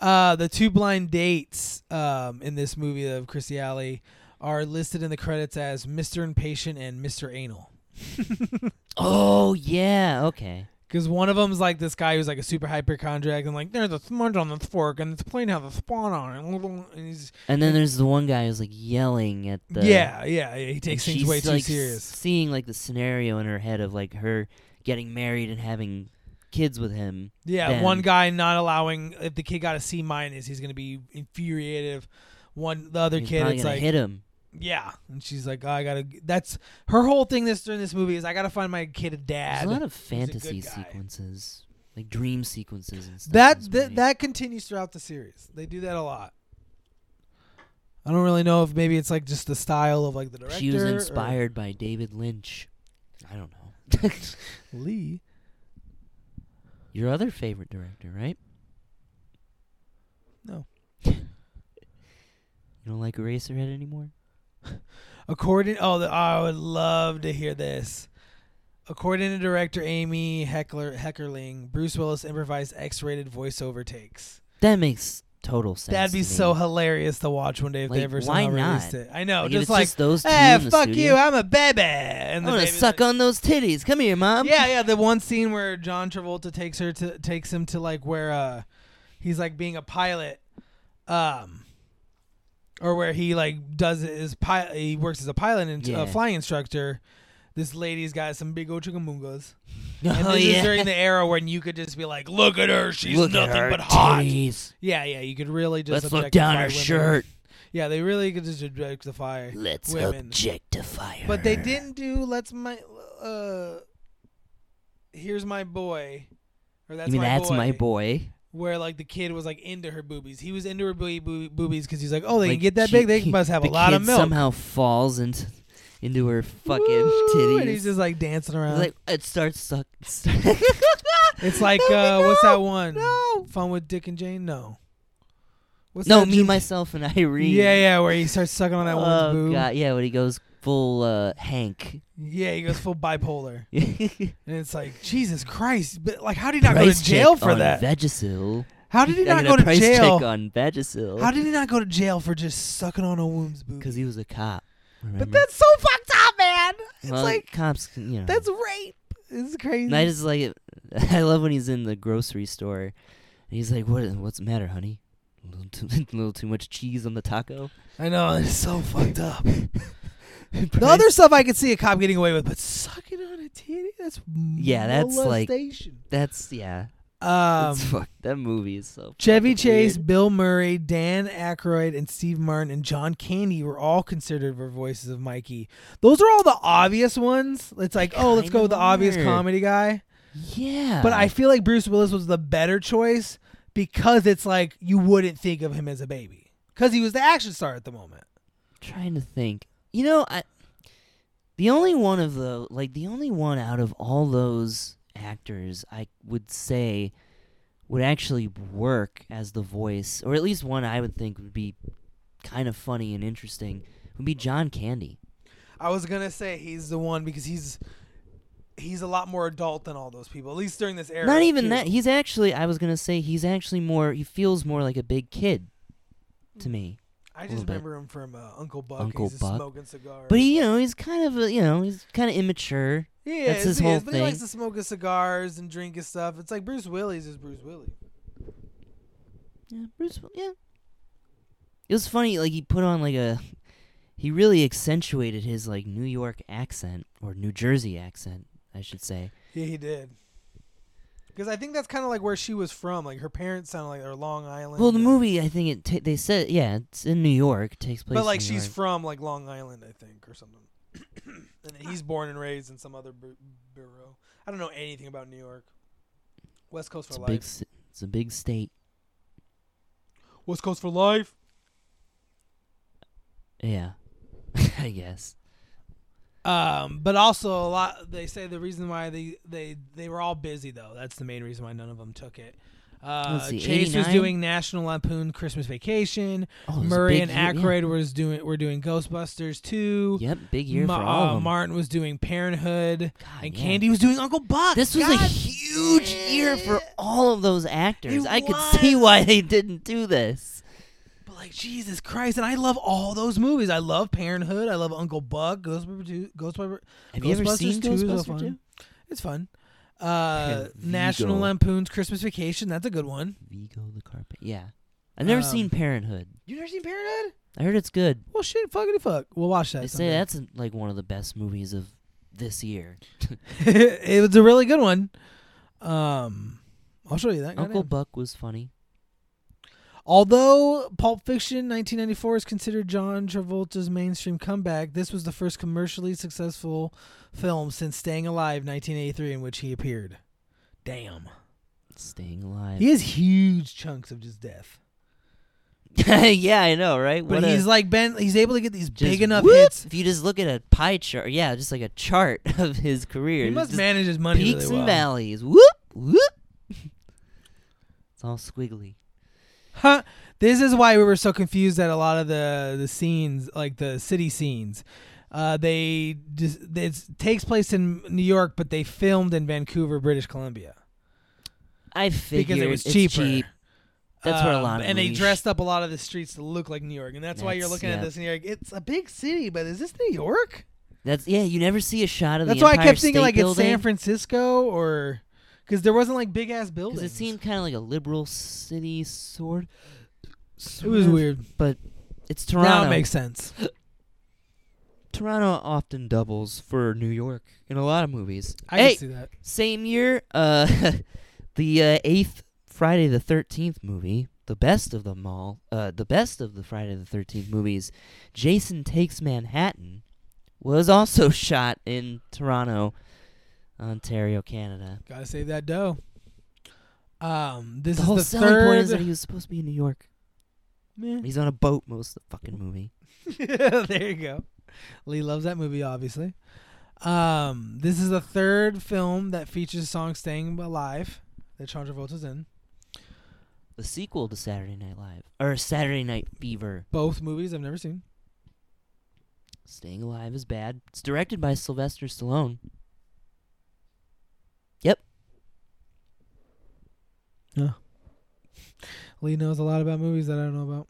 Uh, the two blind dates um, in this movie of Chrissy Alley are listed in the credits as Mr. Impatient and Mr. Anal.
Oh yeah. Okay.
Because one of them's like this guy who's like a super hypochondriac and like, there's a smudge on the fork and it's plain how the spawn on it. And he's,
And then there's the one guy who's like yelling at the
yeah, yeah, yeah, he takes
and
things
she's,
way too
like, s-
serious.
Seeing like the scenario in her head of like her getting married and having kids with him.
Yeah,
Ben.
one guy not allowing, if the kid got a C minus, he's going to be infuriated. If One, the other
He's
kid,
probably
it's
gonna
like,
hit him.
yeah. And she's like, oh, I got to, that's her whole thing this during this movie is I got to find my kid a dad.
There's a lot of
good
fantasy
guy.
sequences, like dream sequences and stuff. in
that
this
that
movie.
that continues throughout the series. They do that a lot. I don't really know if maybe it's like just the style of like the director.
she was
or
inspired by David Lynch. I don't know.
Lee.
Your other favorite director, right?
No.
You don't like Eraserhead anymore?
According, oh, the, I would love to hear this. According to director Amy Heckler Heckerling, Bruce Willis improvised X-rated voiceover takes.
That makes total sense.
That'd be
to
so
me.
hilarious to watch one day if they
Like,
ever
why
somehow released
not?
it. I know,
Like, if
just
it's
like,
just those two
hey,
in the
Eh, fuck you,
studio."
I'm a baby, and
I'm
the
gonna
baby's
suck
like-
on those titties. Come here, mom.
yeah, yeah. The one scene where John Travolta takes her to takes him to like where uh he's like being a pilot, um, or where he like does his pilot. He works as a pilot and
Yeah.
a flying instructor. This lady's got some big old chickamungos. And
Oh
this
yeah.
is during the era when you could just be like, "Look at her, she's
Look at
nothing
her
but hot."
titties.
Yeah, yeah. You could really just
Let's look
objectify
down her
women.
shirt.
Yeah, they really could just objectify.
Let's
women.
objectify her.
But they didn't do let's my uh here's my boy or that's
you mean
my
that's
boy,
my boy?
where like the kid was like into her boobies. He was into her booby, booby, boobies because he's like, oh, they
Like,
can get that
she-
big. They must have a
the
lot of
kid
milk.
Somehow falls into into her fucking
Woo!
titties.
And he's just like dancing around.
like it starts suck.
it's like
No,
uh, what's
no,
that one?
no.
Fun with Dick and Jane? No. What's
no,
that
me,
Jim-
myself, and Irene.
Yeah, yeah, where he starts sucking on that
oh
one's boob.
god, yeah, when he goes full uh, Hank.
Yeah, he goes full bipolar,
How
and it's like Jesus Christ! But like, how did he not go to jail for
on
that?
Vagisil.
How did he
I
not
mean,
go
a
to
price
jail?
check on Vagisil.
How did he not go to jail for just sucking on a woman's boob?
Because he was a cop. Remember?
But that's so fucked up, man. It's
Well,
like
cops. can- You know.
that's rape. It's crazy.
And I just like it. I love when he's in the grocery store, and he's like, "What? What's the matter, honey? A little too, little too much cheese on the taco."
I know it's so fucked up.
Price-
The other stuff I could see a cop getting away with, but sucking on a titty—that's
Yeah, that's like-
molestation.
That's yeah.
Um,
It's fuck. That movie is so.
Chevy
fucking
Chase,
weird.
Bill Murray, Dan Aykroyd, and Steve Martin and John Candy were all considered for voices of Mikey. Those are all the obvious ones. It's like, oh, let's go with the
kinda
obvious
are.
comedy guy.
Yeah.
But I feel like Bruce Willis was the better choice because it's like you wouldn't think of him as a baby because he was the action star at the moment.
trying to think. You know, I the only one of the like the only one out of all those actors I would say would actually work as the voice, or at least one I would think would be kind of funny and interesting would be John Candy.
I was gonna say he's the one because he's he's a lot more adult than all those people, at least during this era.
Not even
too.
that. He's actually I was gonna say he's actually more he feels more like a big kid to me.
I
little
just
bit.
remember him from uh, Uncle Buck.
Uncle
he's just
Buck.
smoking cigars.
But he you know, he's kind of a, you know, he's kinda immature.
Yeah,
That's his
he
whole
is, But he likes
thing.
to smoke his cigars and drink his stuff. It's like Bruce Willis is Bruce Willis.
Yeah, Bruce. Will- Yeah. It was funny. Like he put on like a, he really accentuated his like New York accent or New Jersey accent, I should say.
Yeah, he did. Because I think that's kind of like where she was from. Like her parents sounded like they're Long Island.
Well, the
and-
movie, I think it. Ta- they said, yeah, it's in New York. It takes place.
But like
in New
she's
York.
from like Long Island, I think, or something. and then he's born and raised in some other bu- borough. I don't know anything about New York. West Coast
It's
for
a
life.
big. ci- It's a big state.
West Coast for life.
Yeah. I guess.
Um, but also a lot. They say the reason why they they they were all busy though. That's the main reason why none of them took it. Uh,
Let's see,
Chase was
89?
doing National Lampoon Christmas Vacation.
Oh, it was a
Murray
big
and
year- yeah.
Aykroyd was doing were doing Ghostbusters two.
Yep, big year
Ma-
for all
uh,
of them.
Martin was doing Parenthood,
God,
and
yeah.
Candy was doing Uncle Buck.
This was a
God
huge year for
damn.
all of those actors.
It
I could see
was.
why they didn't do this.
But like Jesus Christ, and I love all those movies. I love Parenthood. I love Uncle Buck. Ghostbusters Two. Ghostbusters.
Have you ever
Ghostbusters
seen
2 is a
Ghostbusters
fun-
2?
It's fun. Uh,
Vigo.
National Lampoon's Christmas Vacation. That's a good one.
Vigo the Carpet. Yeah. I've never
Um,
seen Parenthood.
You never seen Parenthood?
I heard it's good.
Well, shit, fuckity fuck. We'll watch that.
They say
someday.
that's like one of the best movies of this year.
it was a really good one. Um, I'll show you that.
Uncle
goddamn.
Buck was funny.
Although Pulp Fiction 1994 is considered John Travolta's mainstream comeback, this was the first commercially successful film since Staying Alive 1983 in which he appeared. Damn.
Staying alive.
He has huge chunks of just death.
yeah, I know, right?
But
What a-
he's like Ben, he's able to get these
just
big enough
whoop!
hits.
If you just look at a pie chart, yeah, just like a chart of his career.
He
it's
must
just
manage his money
peaks
really well.
and valleys. Whoop whoop. it's all squiggly.
Huh. This is why we were so confused at a lot of the the scenes, like the city scenes. Uh, they dis- it takes place in New York, but they filmed in Vancouver, British Columbia,
I figured
because it was
it's
cheaper.
cheap. That's where a
Um,
lot of
and they
movies-
dressed up a lot of the streets to look like New York, and that's, why you're
That's-
looking at
yeah.
this and you're like, it's a big city, but is this New York?
That's yeah. You never see a shot of
That's
the
why I
Empire
kept thinking
State
like
Building.
it's San Francisco or because there wasn't like big ass buildings.
Because it seemed kind of like a liberal city sort.
it was
sort of,
weird.
but it's Toronto.
Now it makes sense.
Toronto often doubles for New York in a lot of movies.
I
hey,
can see that.
same year, uh, the uh, eighth Friday the Thirteenth movie, the best of them all, uh, the best of the Friday the Thirteenth movies, Jason Takes Manhattan, was also shot in Toronto, Ontario, Canada.
Gotta save that dough. Um, this
the
is
whole
the
selling
third.
point is that he was supposed to be in New York.
Meh.
He's on a boat most of the fucking movie.
there you go. Lee loves that movie, obviously. Um, this is the third film that features the song "Staying Alive" that John Travolta's in.
The sequel to Saturday Night Live or Saturday Night Fever.
Both movies I've never seen.
Staying Alive is bad. It's directed by Sylvester Stallone. Yep.
Lee knows a lot about movies that I don't know about.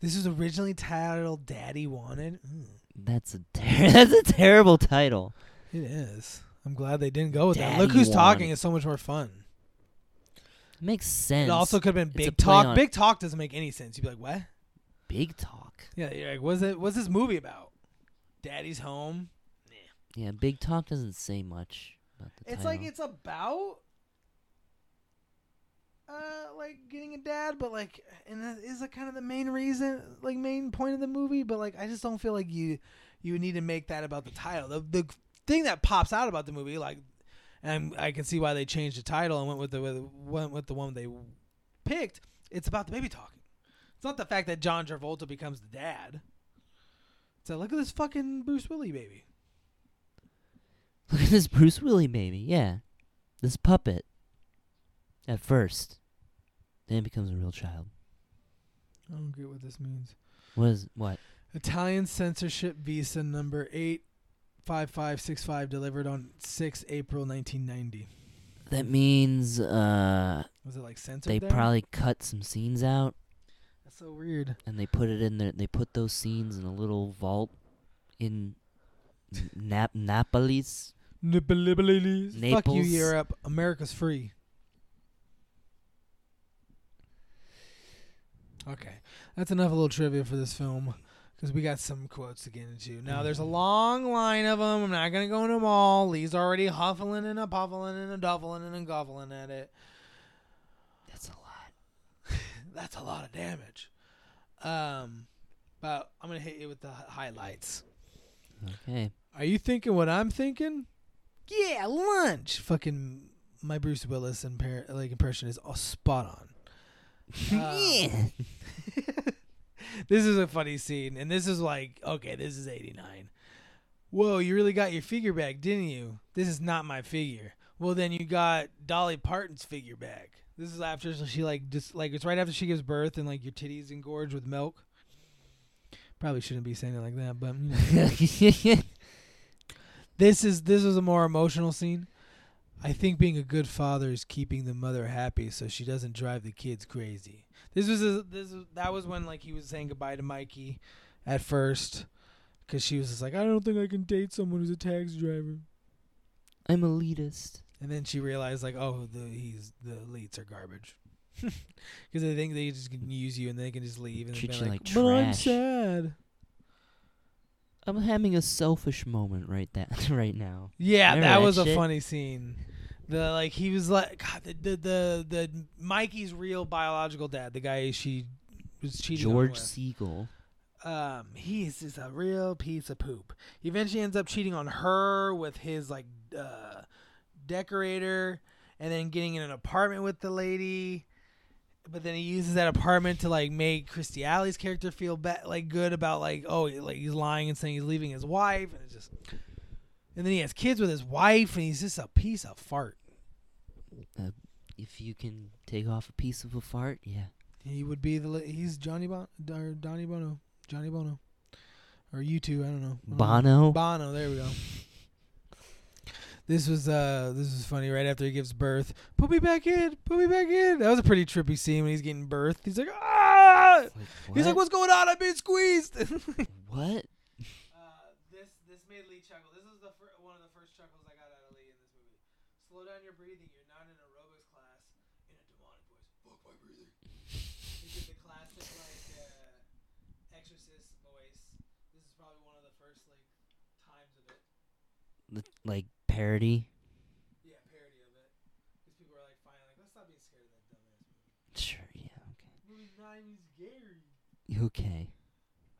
This was originally titled "Daddy Wanted." Mm,
That's a ter- that's a terrible title.
it is. I'm glad they didn't go with that.
Daddy
Look who's talking
Wanted.
is so much more fun.
makes sense.
It also could have been
it's a
Big
play
Talk.
on-
Big Talk doesn't make any sense. You'd be like, "What?"
big talk.
Yeah, you're like, what's it? What's this movie about? Daddy's home.
Yeah, big talk doesn't say much about the
It's
title.
like it's about uh like getting a dad, but like, and that is like kind of the main reason, like main point of the movie. But like, I just don't feel like you you need to make that about the title. The the thing that pops out about the movie, like, and I'm, I can see why they changed the title and went with the with, went with the one they picked. It's about the baby talking. It's not the fact that John Travolta becomes the dad. It's like, look at this fucking Bruce Willie baby.
look at this Bruce Willie baby. Yeah, this puppet. At first, then it becomes a real child.
I don't get what this means.
What is what?
Italian censorship visa number 85565 delivered on 6 April 1990.
That means uh,
Was it like censored
they
there?
probably cut some scenes out
That's so weird.
and they put it in there. They put those scenes in a little vault in Nap- Napolis.
Nibble-libble-lilies. Fuck you
Naples.
Europe. America's free. Okay. That's enough a little trivia for this film cuz we got some quotes to get into. Now there's a
Mm-hmm.
long line of them. I'm not going to go into them all. Lee's already huffling and a puffling and a duffling and a guffling at it.
That's a lot.
That's a lot of damage. Um, but I'm gonna hit you with the hi- highlights.
Okay.
Are you thinking what I'm thinking? Yeah, lunch. Fucking my Bruce Willis impar- like impression is all spot on. Um,
yeah.
This is a funny scene, and this is like okay, this is '89. Whoa, you really got your figure back, didn't you? This is not my figure. Well, then you got Dolly Parton's figure back. This is after she like just like it's right after she gives birth and like your titties engorge with milk. Probably shouldn't be saying it like that, but you know. this is this is a more emotional scene. I think being a good father is keeping the mother happy so she doesn't drive the kids crazy. This was a, this was- that was when like he was saying goodbye to Mikey at first cuz she was just like I don't think I can date someone who's a taxi driver.
I'm elitist.
And then she realized like oh the he's the elites are garbage. Cuz they think they just can use you and they can just leave and they've
Treat
been
you
like,
like
"But I'm
trash."
sad."
I'm having a selfish moment right that right now.
Yeah,
Remember
that
that
was a
shit?
funny scene. The like he was like God, the, the the the Mikey's real biological dad, the guy she was cheating on
George
with.
Siegel.
Um, he's just a real piece of poop. He eventually ends up cheating on her with his like uh, decorator, and then getting in an apartment with the lady. But then he uses that apartment to like make Christy Alley's character feel ba- like good about like oh like he's lying and saying he's leaving his wife and it's just and then he has kids with his wife and he's just a piece of fart.
If you can take off a piece of a fart, yeah.
He would be the li- he's Johnny Bon or Donny Bono Johnny Bono or you two I don't know I don't know.
Bono.
Oh. Bono, there we go. This was uh this was funny right after he gives birth. Put me back in, put me back in. That was a pretty trippy scene when he's getting birth. He's like, ah
Like,
He's like, What's going on? I'm being squeezed. uh,
what?
this this made Lee chuckle. This is the fir- one of the first chuckles I got out of Lee in this movie. Slow down your breathing, you're not in aerobics class in a demonic voice. Fuck my breathing. This is the classic like uh, exorcist voice. This is probably one of the first like times of it.
L- Like parody?
Yeah, parody of it. Because people are like, fine, like, let's not be scared of that dumbass movie.
Sure. Yeah.
Movie's not even scary.
Okay. Okay.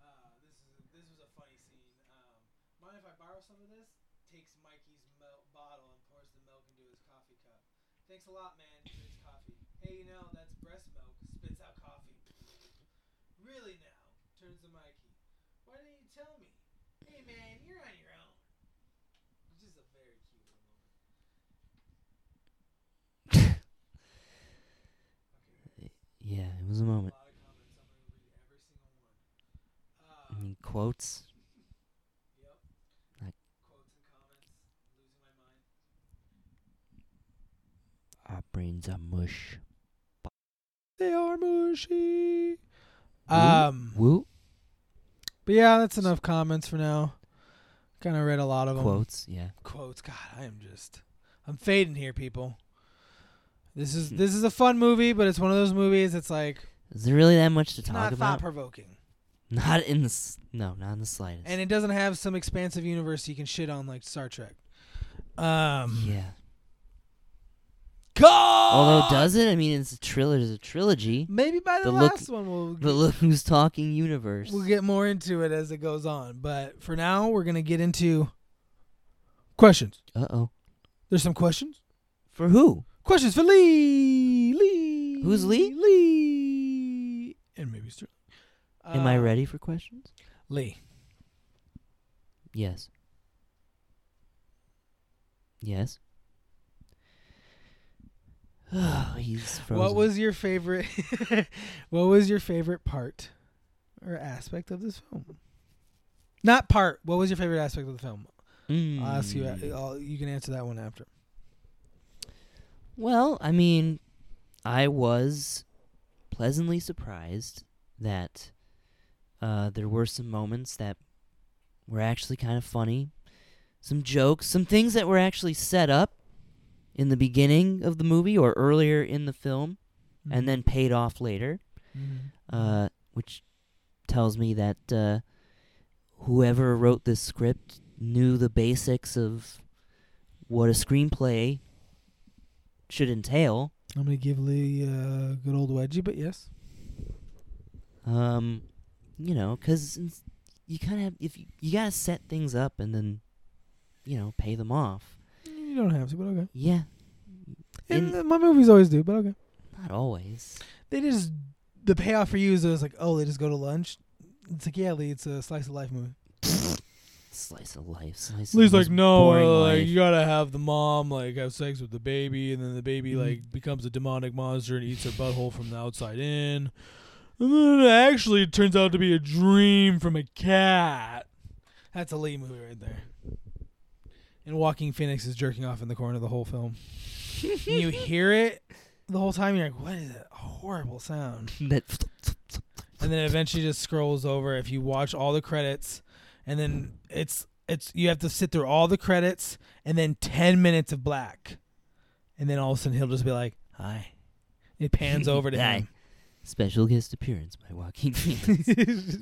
Uh, this is this was a funny scene. Um, mind if I borrow some of this? Takes Mikey's milk bottle and pours the milk into his coffee cup. Thanks a lot, man. Drinks coffee. Hey, you know that's breast milk. Spits out coffee. Really now? Turns to Mikey. Why didn't you tell me? Hey, man, you're on your own. Which is a very cute little moment.
Yeah. It was a moment.
A lot of comments. I'm gonna read every single one. Uh,
I mean, quotes.
Yep.
Like-
Quotes and comments. Losing my mind.
Our Ah, brains are mush.
They are mushy.
Woo,
Um.
Woo.
But yeah, that's enough comments for now. Kind of read a lot of them.
Quotes. Yeah.
Quotes. God, I am just. I'm fading here, people. This is
Hmm.
this is a fun movie, but it's one of those movies that's like
Is there really that much to
it's
talk
not thought
about?
provoking,
Not in the s- no, not in the slightest.
and it doesn't have some expansive universe you can shit on like Star Trek. Um.
yeah.
God!
Although does it? I mean, it's a trilogy. It's a trilogy.
maybe by the,
the look-
last one we'll
The look who's talking universe.
We'll get more into it as it goes on, but for now we're gonna get into questions.
Uh oh.
There's some questions.
For who?
Questions for Lee. Lee.
Who's Lee?
Lee. And maybe Sterling.
Am I
Uh,
ready for questions?
Lee.
Yes. Yes. Oh, he's frozen.
What was your favorite? what was your favorite part or aspect of this film? Not part. What was your favorite aspect of the film?
Mm.
I'll ask you. I'll, you can answer that one after.
Well, I mean, I was pleasantly surprised that uh, there were some moments that were actually kind of funny, some jokes, some things that were actually set up in the beginning of the movie or earlier in the film,
Mm-hmm.
and then paid off later. uh, which tells me that uh, whoever wrote this script knew the basics of what a screenplay should entail.
I'm gonna give Lee a good old wedgie, but yes.
Um, you know, because you kind of if you, you gotta set things up and then you know pay them off.
You don't have to, but okay.
Yeah,
And
In-
uh, my movies always do, but okay.
not always.
They just the payoff for you is it was like, oh, they just go to lunch. It's like, yeah, Lee, it's a slice of life movie.
slice of life. Slice of
Lee's
the
like,
most
no,
boring
uh, like
life."
you gotta have the mom like have sex with the baby, and then the baby
Mm-hmm.
like becomes a demonic monster and eats her butthole from the outside in. And then it actually turns out to be a dream from a cat. That's a Lee movie right there. And Walking Phoenix is jerking off in the corner the whole film. and you hear it the whole time. You're like, what is that horrible sound?
That-
and then it eventually just scrolls over if you watch all the credits and then it's it's you have to sit through all the credits and then 10 minutes of black and then all of a sudden he'll just be like hi it pans over to
Hi.
him
Special guest appearance by Joaquin Phoenix.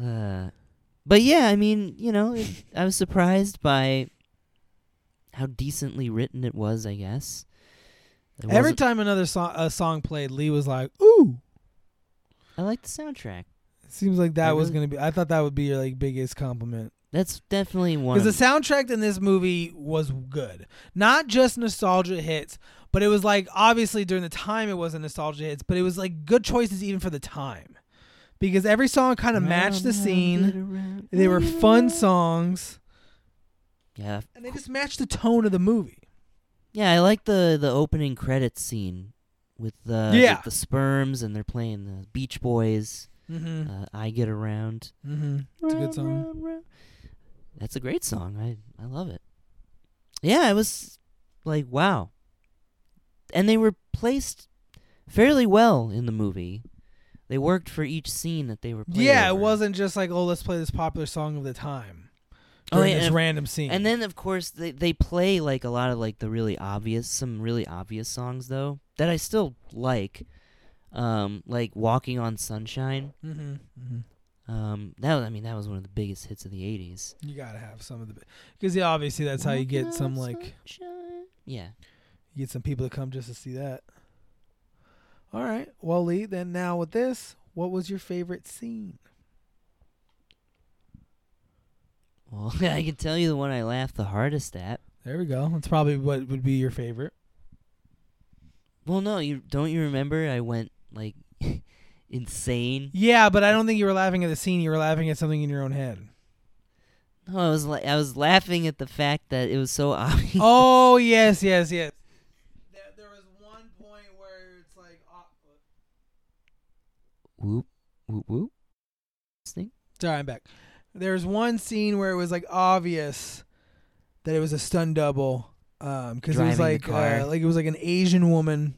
uh, but yeah, I mean, you know, it, I was surprised by how decently written it was. I guess It
every
wasn't-
time another song a song played lee was like ooh
I like the soundtrack.
seems like that
I
was
really-
gonna be i thought that would be your like biggest compliment
That's definitely one.
because
Of,
the soundtrack in this movie was good not just nostalgia hits but it was like obviously during the time it wasn't nostalgia hits but it was like good choices even for the time because every song kind of matched the scene they were fun songs
Yeah,
and they just matched the tone of the movie
yeah. I like the the opening credits scene with the
Yeah.
with the sperms and they're playing the Beach Boys.
mm-hmm.
Uh, I get around.
mm-hmm. it's a good song
That's a great song. I I love it. Yeah, it was like wow. And they were placed fairly well in the movie. They worked for each scene that they were played.
yeah it
over.
wasn't just like oh let's play this popular song of the time
Oh,
during
yeah,
this
and-
random scene
And then of course they they play like a lot of like the really obvious some really obvious songs though that I still like. Um like Walking on Sunshine.
mm-hmm. Mm-hmm.
Um that was, I mean that was one of the biggest hits of the 80s.
you gotta have some of the because yeah, obviously that's how you
Walking
get some
on
like
Sunshine. Yeah.
You get some people to come just to see that. All right. Well, Lee, then now with this, what was your favorite scene?
Well, I can tell you the one I laughed the hardest at.
There we go. That's probably what would be your favorite.
Well, no, you don't you remember I went like insane?
Yeah, but I don't think you were laughing at the scene. You were laughing at something in your own head.
No, I was like I was laughing at the fact that it was so obvious.
oh, yes, yes, yes. There, there was one point where it's like.
Whoop whoop whoop. Thing?
Sorry, I'm back. There was one scene where it was like obvious that it was a stun double, um, because it
Driving
was
the
like
car.
uh, like it was like an Asian woman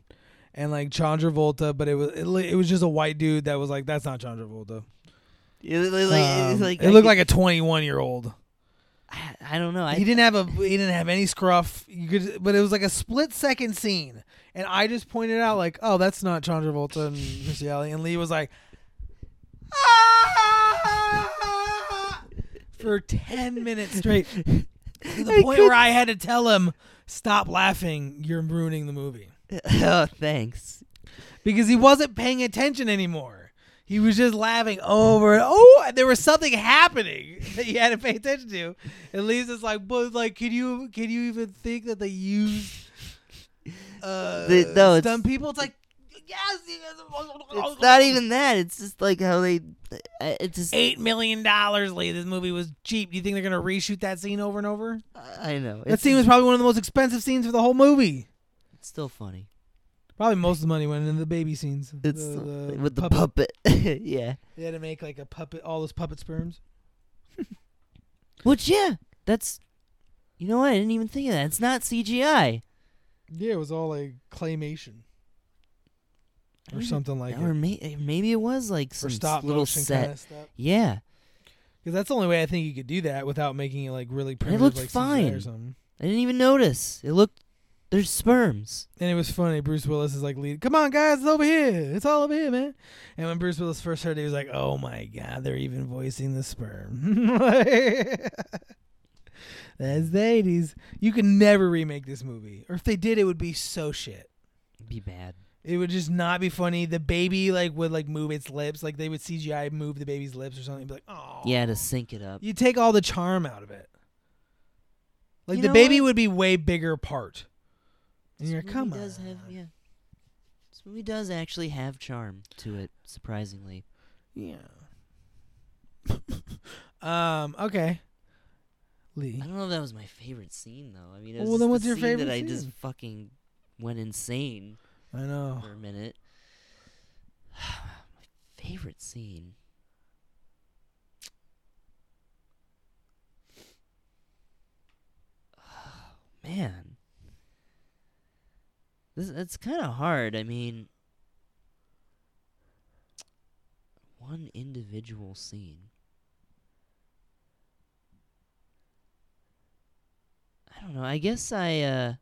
and like Chandra Volta, but it was it, li- it was just a white dude that was like that's not Chandra Volta.
It, it, like,
Um,
it's like
it
I
looked
could-
like a 21 year old.
I, I don't know. I
He didn't have a he didn't have any scruff. You could, but it was like a split second scene, and I just pointed out like, oh, that's not Chandra Volta and Missy Alley, and Lee was like, ah! for ten minutes straight to the
I
point where I had to tell him, stop laughing, you're ruining the movie.
oh, thanks.
Because he wasn't paying attention anymore. He was just laughing over and oh there was something happening that he had to pay attention to. And Lee's just like, but like can you can you even think that they use uh
The- no, it's-
dumb people? It's like yes, yes
It's
Oh.
not even that. It's just like how they. I- It just.
eight million dollars, Lee. This movie was cheap. Do you think they're gonna reshoot that scene over and over?
I know.
That
It's,
scene was probably one of the most expensive scenes for the whole movie.
it's still funny.
Probably most of the money went into the baby scenes.
It's
The-
still-
the
with the
puppet-
puppet. yeah.
They had to make like a puppet, all those puppet sperms.
Which yeah, that's. You know what? I didn't even think of that. It's not CGI.
Yeah, it was all like claymation or something like
or
it.
may- eh, maybe it was like
Or
some
stop
little
motion
set.
kind of stuff.
Yeah,
Because that's the only way I think you could do that without making it like really primitive.
looked
like CGI Or
fine.
something.
I didn't even notice. It looked there's sperms.
And it was funny. Bruce Willis is like, lead, come on, guys, it's over here. It's all over here, man. And when Bruce Willis first heard it, he was like, oh my God, they're even voicing the sperm. That's the 80s. You can never remake this movie. Or if they did, it would be so shit.
It'd be bad.
It would just not be funny. The baby like would like move its lips, like they would CGI move the baby's lips or something. You'd be like, oh,
Yeah, to sync it up.
You take all the charm out of it. Like
You
the
know
baby
what?
would be way bigger part. And
This
you're
movie
come
does
on.
have yeah. This movie does actually have charm to it, surprisingly.
Yeah. Um. Okay. Lee.
I don't know if that was my favorite scene though. I mean, it
Well,
was
then
just
what's
the
your
scene
favorite
that I just
scene?
fucking went insane
I know.
for a minute. my favorite scene. Oh, man. This it's kind of hard. I mean, one individual scene. I don't know. I guess I uh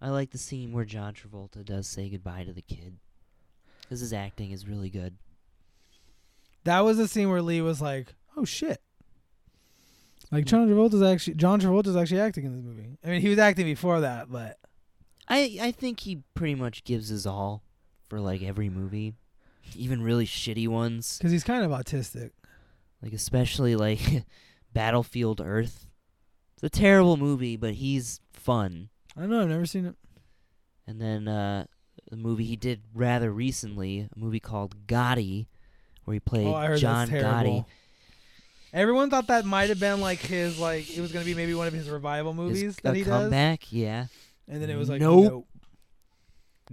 I like the scene where John Travolta does say goodbye to the kid. Cuz his acting is really good.
That was the scene where Lee was like, "Oh shit." Like John Travolta's actually John Travolta's actually acting in this movie. I mean, he was acting before that, but
I I think he pretty much gives his all for like every movie, even really shitty ones.
because he's kind of autistic.
Like especially like Battlefield Earth. It's a terrible movie, but he's fun.
I don't know. I've never seen it.
And then uh the movie he did rather recently, a movie called Gotti, where he played
oh, I heard
John
that's terrible.
Gotti.
Everyone thought that might have been like his like it was gonna be maybe one of his revival movies
His,
that
a
he does,
comeback, yeah.
and then it was like
Nope.
nope.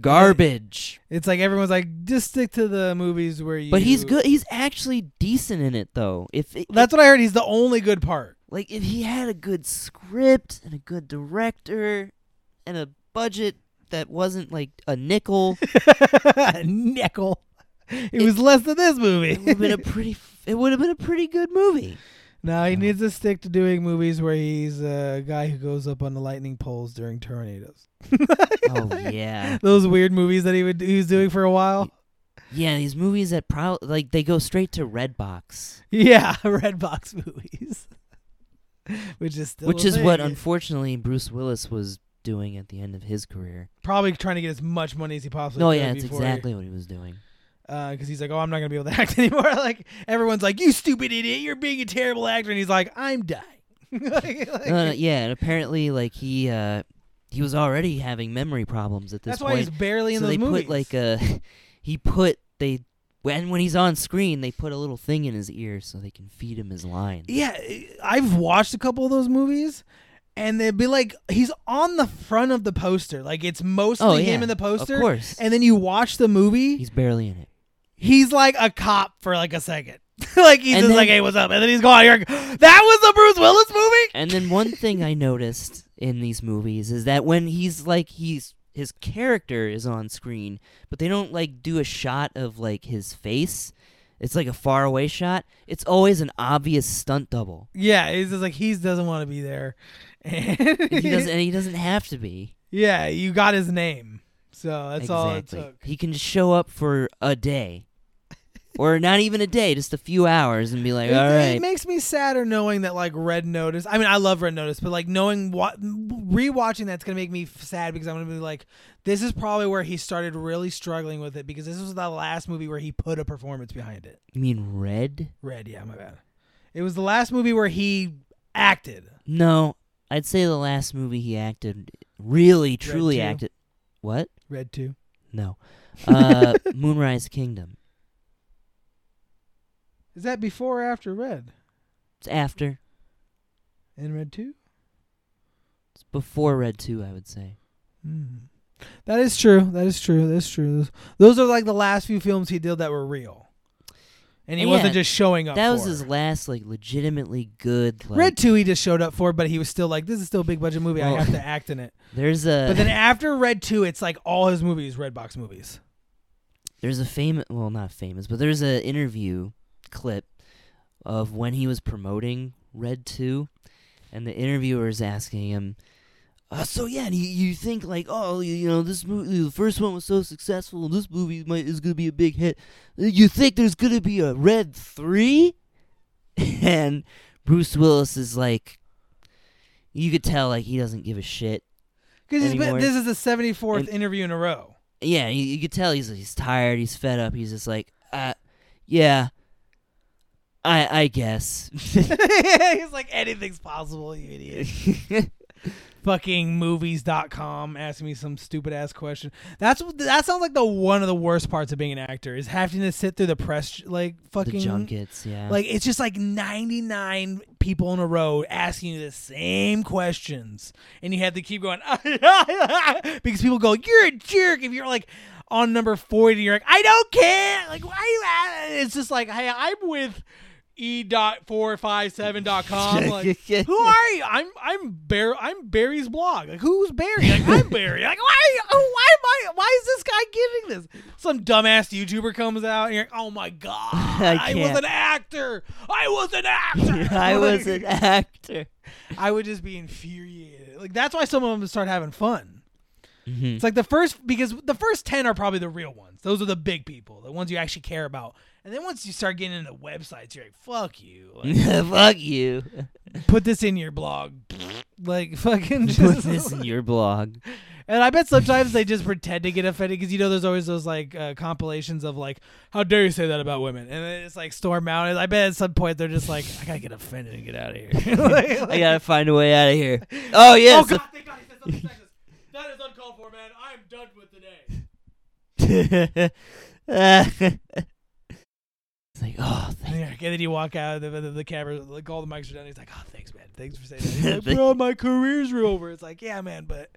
Garbage.
It's like everyone's like just stick to the movies where you.
But he's good. He's actually decent in it, though. If it,
That's what I heard. He's the only good part.
like if he had a good script and a good director and a budget that wasn't like a nickel,
Neckle. It, was less than this movie.
it would have been a pretty. f- It would have been a pretty good movie.
No, he
No.
needs to stick to doing movies where he's a guy who goes up on the lightning poles during tornadoes.
oh yeah,
Those weird movies that he would he was doing for a while.
yeah. These movies that probably like they go straight to Redbox,
Yeah, Redbox movies, which is still
which
a
is what
thing.
unfortunately Bruce Willis was doing at the end of his career.
probably trying to get as much money as he possibly.
no,
could
Oh, yeah, it's
uh, before
exactly what he was doing.
because he's like, oh, I'm not gonna be able to act anymore. like everyone's like, you stupid idiot, you're being a terrible actor, and he's like, I'm dying. Like- like-
No, no, yeah, and apparently like he uh he was already having memory problems at this
that's
point.
why he's barely in
so
those
they
movies.
put like a he put they when when he's on screen they put a little thing in his ear so they can feed him his line.
Yeah, I've watched a couple of those movies, and they'd be like, he's on the front of the poster. Like it's mostly
oh yeah,
him in the poster.
Of course,
And then you watch the movie. He's,
he's barely in it.
like a cop for like a second. like he's
And
just
then-
like, hey, what's up? And then he's gone. You're like, that was the Bruce Willis movie.
And then one thing I noticed in these movies is that when he's like he's his character is on screen, but they don't like do a shot of like his face. It's like a faraway shot. It's always an obvious stunt double.
Yeah, he's just like he doesn't want to be there.
And he doesn't and he doesn't have to be.
yeah, you got his name, so that's all it
exactly.
took.
He can just show up for a day. or not even a day, just a few hours and be like,
It-
all
it,
right.
makes me sadder knowing that like Red Notice. I mean, I love Red Notice, but like knowing what rewatching that's gonna make me f- sad because I'm gonna be like, this is probably where he started really struggling with it because this was the last movie where he put a performance behind it.
You mean red?
Red, yeah, my bad. It was the last movie where he acted.
No. I'd say the last movie he acted really, truly
two.
acted. What?
Red Two.
No. Uh, Moonrise Kingdom.
Is that before or after Red?
It's after.
And Red Two.
It's before Red 2, I would say.
Hmm. That is true. That is true. That's true. Those, those are like the last few films he did that were real, and he
Yeah,
wasn't just showing up.
That was
for.
his last, like, legitimately good. Like,
Red Two, he just showed up for, but he was still like, "This is still a big budget movie.
Well-
I have to act in it."
There's a.
But then after Red Two, it's like all his movies, Red Box movies.
There's a famous, well, not famous, but there's an interview clip of when he was promoting Red 2, and the interviewer is asking him, uh, so yeah, and you, you think like, oh, you, you know, this movie, the first one was so successful, and this movie might, is gonna be a big hit. You think there's gonna be a Red 3? And Bruce Willis is like, you could tell like he doesn't give a shit.
Because
Anymore.
this is the seventy fourth
And-
interview in a row.
Yeah, you, you could tell he's he's tired. He's fed up. He's just like, uh, yeah, I I guess.
He's like, "Anything's possible, you idiot."
but
fucking movies.com asking me some stupid ass question. That's that sounds like the one of the worst parts of being an actor is having to sit through the press like
the
fucking
junkets, yeah.
Like it's just like 99 people in a row asking you the same questions, and you have to keep going because people go, "You're a jerk." If you're like on number 40, you're like, "I don't care." Like why are you? a-" It's just like, "Hey, I'm with." E e.457.com like who are you i'm i'm Bar- i'm barry's blog like who's barry like i'm barry like why are you, why am i why is this guy getting this some dumbass youtuber comes out and you're like oh my god
I
I, was
can't.
an actor i was an actor
I was
Like,
an actor.
i would just be infuriated like that's why some of them start having fun
Mhm.
it's like the first because the first 10 are probably the real ones those are the big people the ones you actually care about and then once you start getting into websites you're like fuck you like,
Fuck you.
put this in your blog. Like fucking
Put
just
this in your blog.
And I bet sometimes they just pretend to get offended because you know there's always those like uh, compilations of like how dare you say that about women and then it's like storm out and I bet at some point they're just like I gotta get offended and get out of here. Like-
I gotta find a way out of here. Oh
oh
yes.
god, thank God he said something sexist. That is uncalled for, man. I am done with today.
it's like, oh, thank
Yeah, and then you walk out of the, the, the camera, like all the mics are down. He's like, "Oh, thanks, man. Thanks for saying that." He's like, "Bro, my career's over." It's like, "Yeah, man, but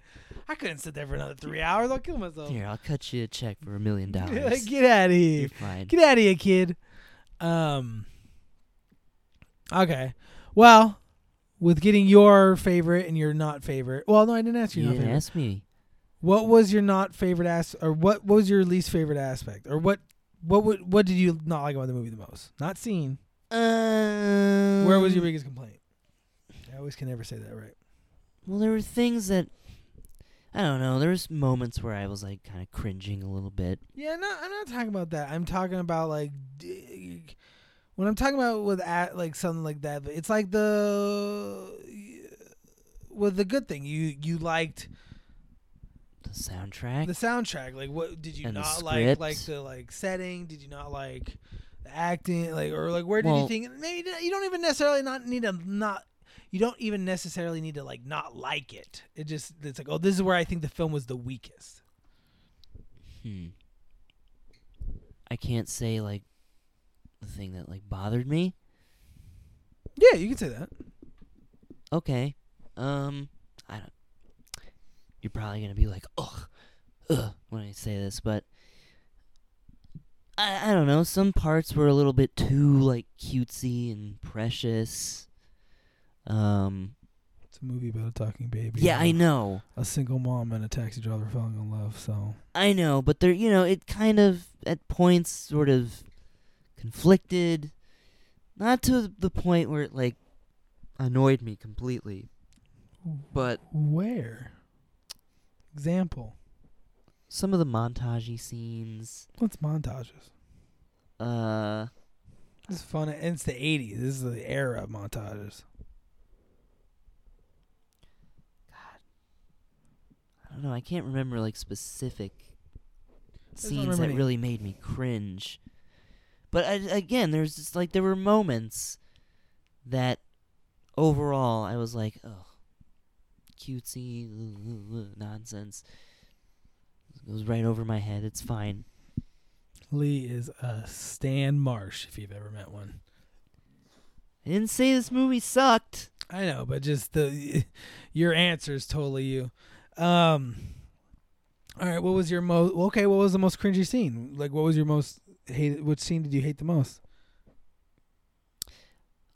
I couldn't sit there for another three hours. I'll kill myself."
Here, I'll cut you a check for a million
Yeah,
dollars.
Get out of
You're
here.
fine.
Get out of here, kid. Um Okay. Well, with getting your favorite and your not favorite. Well, no, I didn't ask you
You
not
didn't
favorite.
ask me.
What was your not favorite as or what, what was your least favorite aspect? Or what what would what did you not like about the movie the most? Not seen.
Um,
Where was your biggest complaint? I always can never say that right.
Well, there were things that I don't know. There was moments where I was like kind of cringing a little bit.
Yeah, no, I'm not talking about that. I'm talking about like d- when I'm talking about with at like something like that. It's like the with the good thing you you liked
The soundtrack.
the soundtrack. Like, what did you
And the
not like?
script.
Like the like setting? Did you not like the acting? Like or like where did you
Well-
think maybe you don't even necessarily not need to not. You don't even necessarily need to like not like it. It just it's like oh this is where I think the film was the weakest.
hmm. I can't say like the thing that like bothered me.
Yeah, you can say that.
okay. Um, I don't. You're probably gonna be like, ugh, ugh, when I say this, but I, I don't know. Some parts were a little bit too like cutesy and precious. Um,
It's a movie about a talking baby.
yeah, I know,
a single mom and a taxi driver falling in love. So
I know, but there, you know, it kind of at points sort of conflicted, not to the point where it like annoyed me completely, but
where? Example.
some of the montagey scenes.
What's montages?
Uh,
This is fun. and It's the '80s. This is the era of montages.
I don't know. I can't remember like specific
don't
scenes
remember
that
any.
really made me cringe. But I, again, there's just like there were moments that overall I was like, oh, cutesy nonsense. It goes right over my head. It's fine.
Lee is a Stan Marsh, if you've ever met one.
I didn't say this movie sucked.
I know, but just the your answer is totally you. Um. All right. What was your most? Okay. What was the most cringy scene? Like, what was your most hated? Which scene did you hate the most?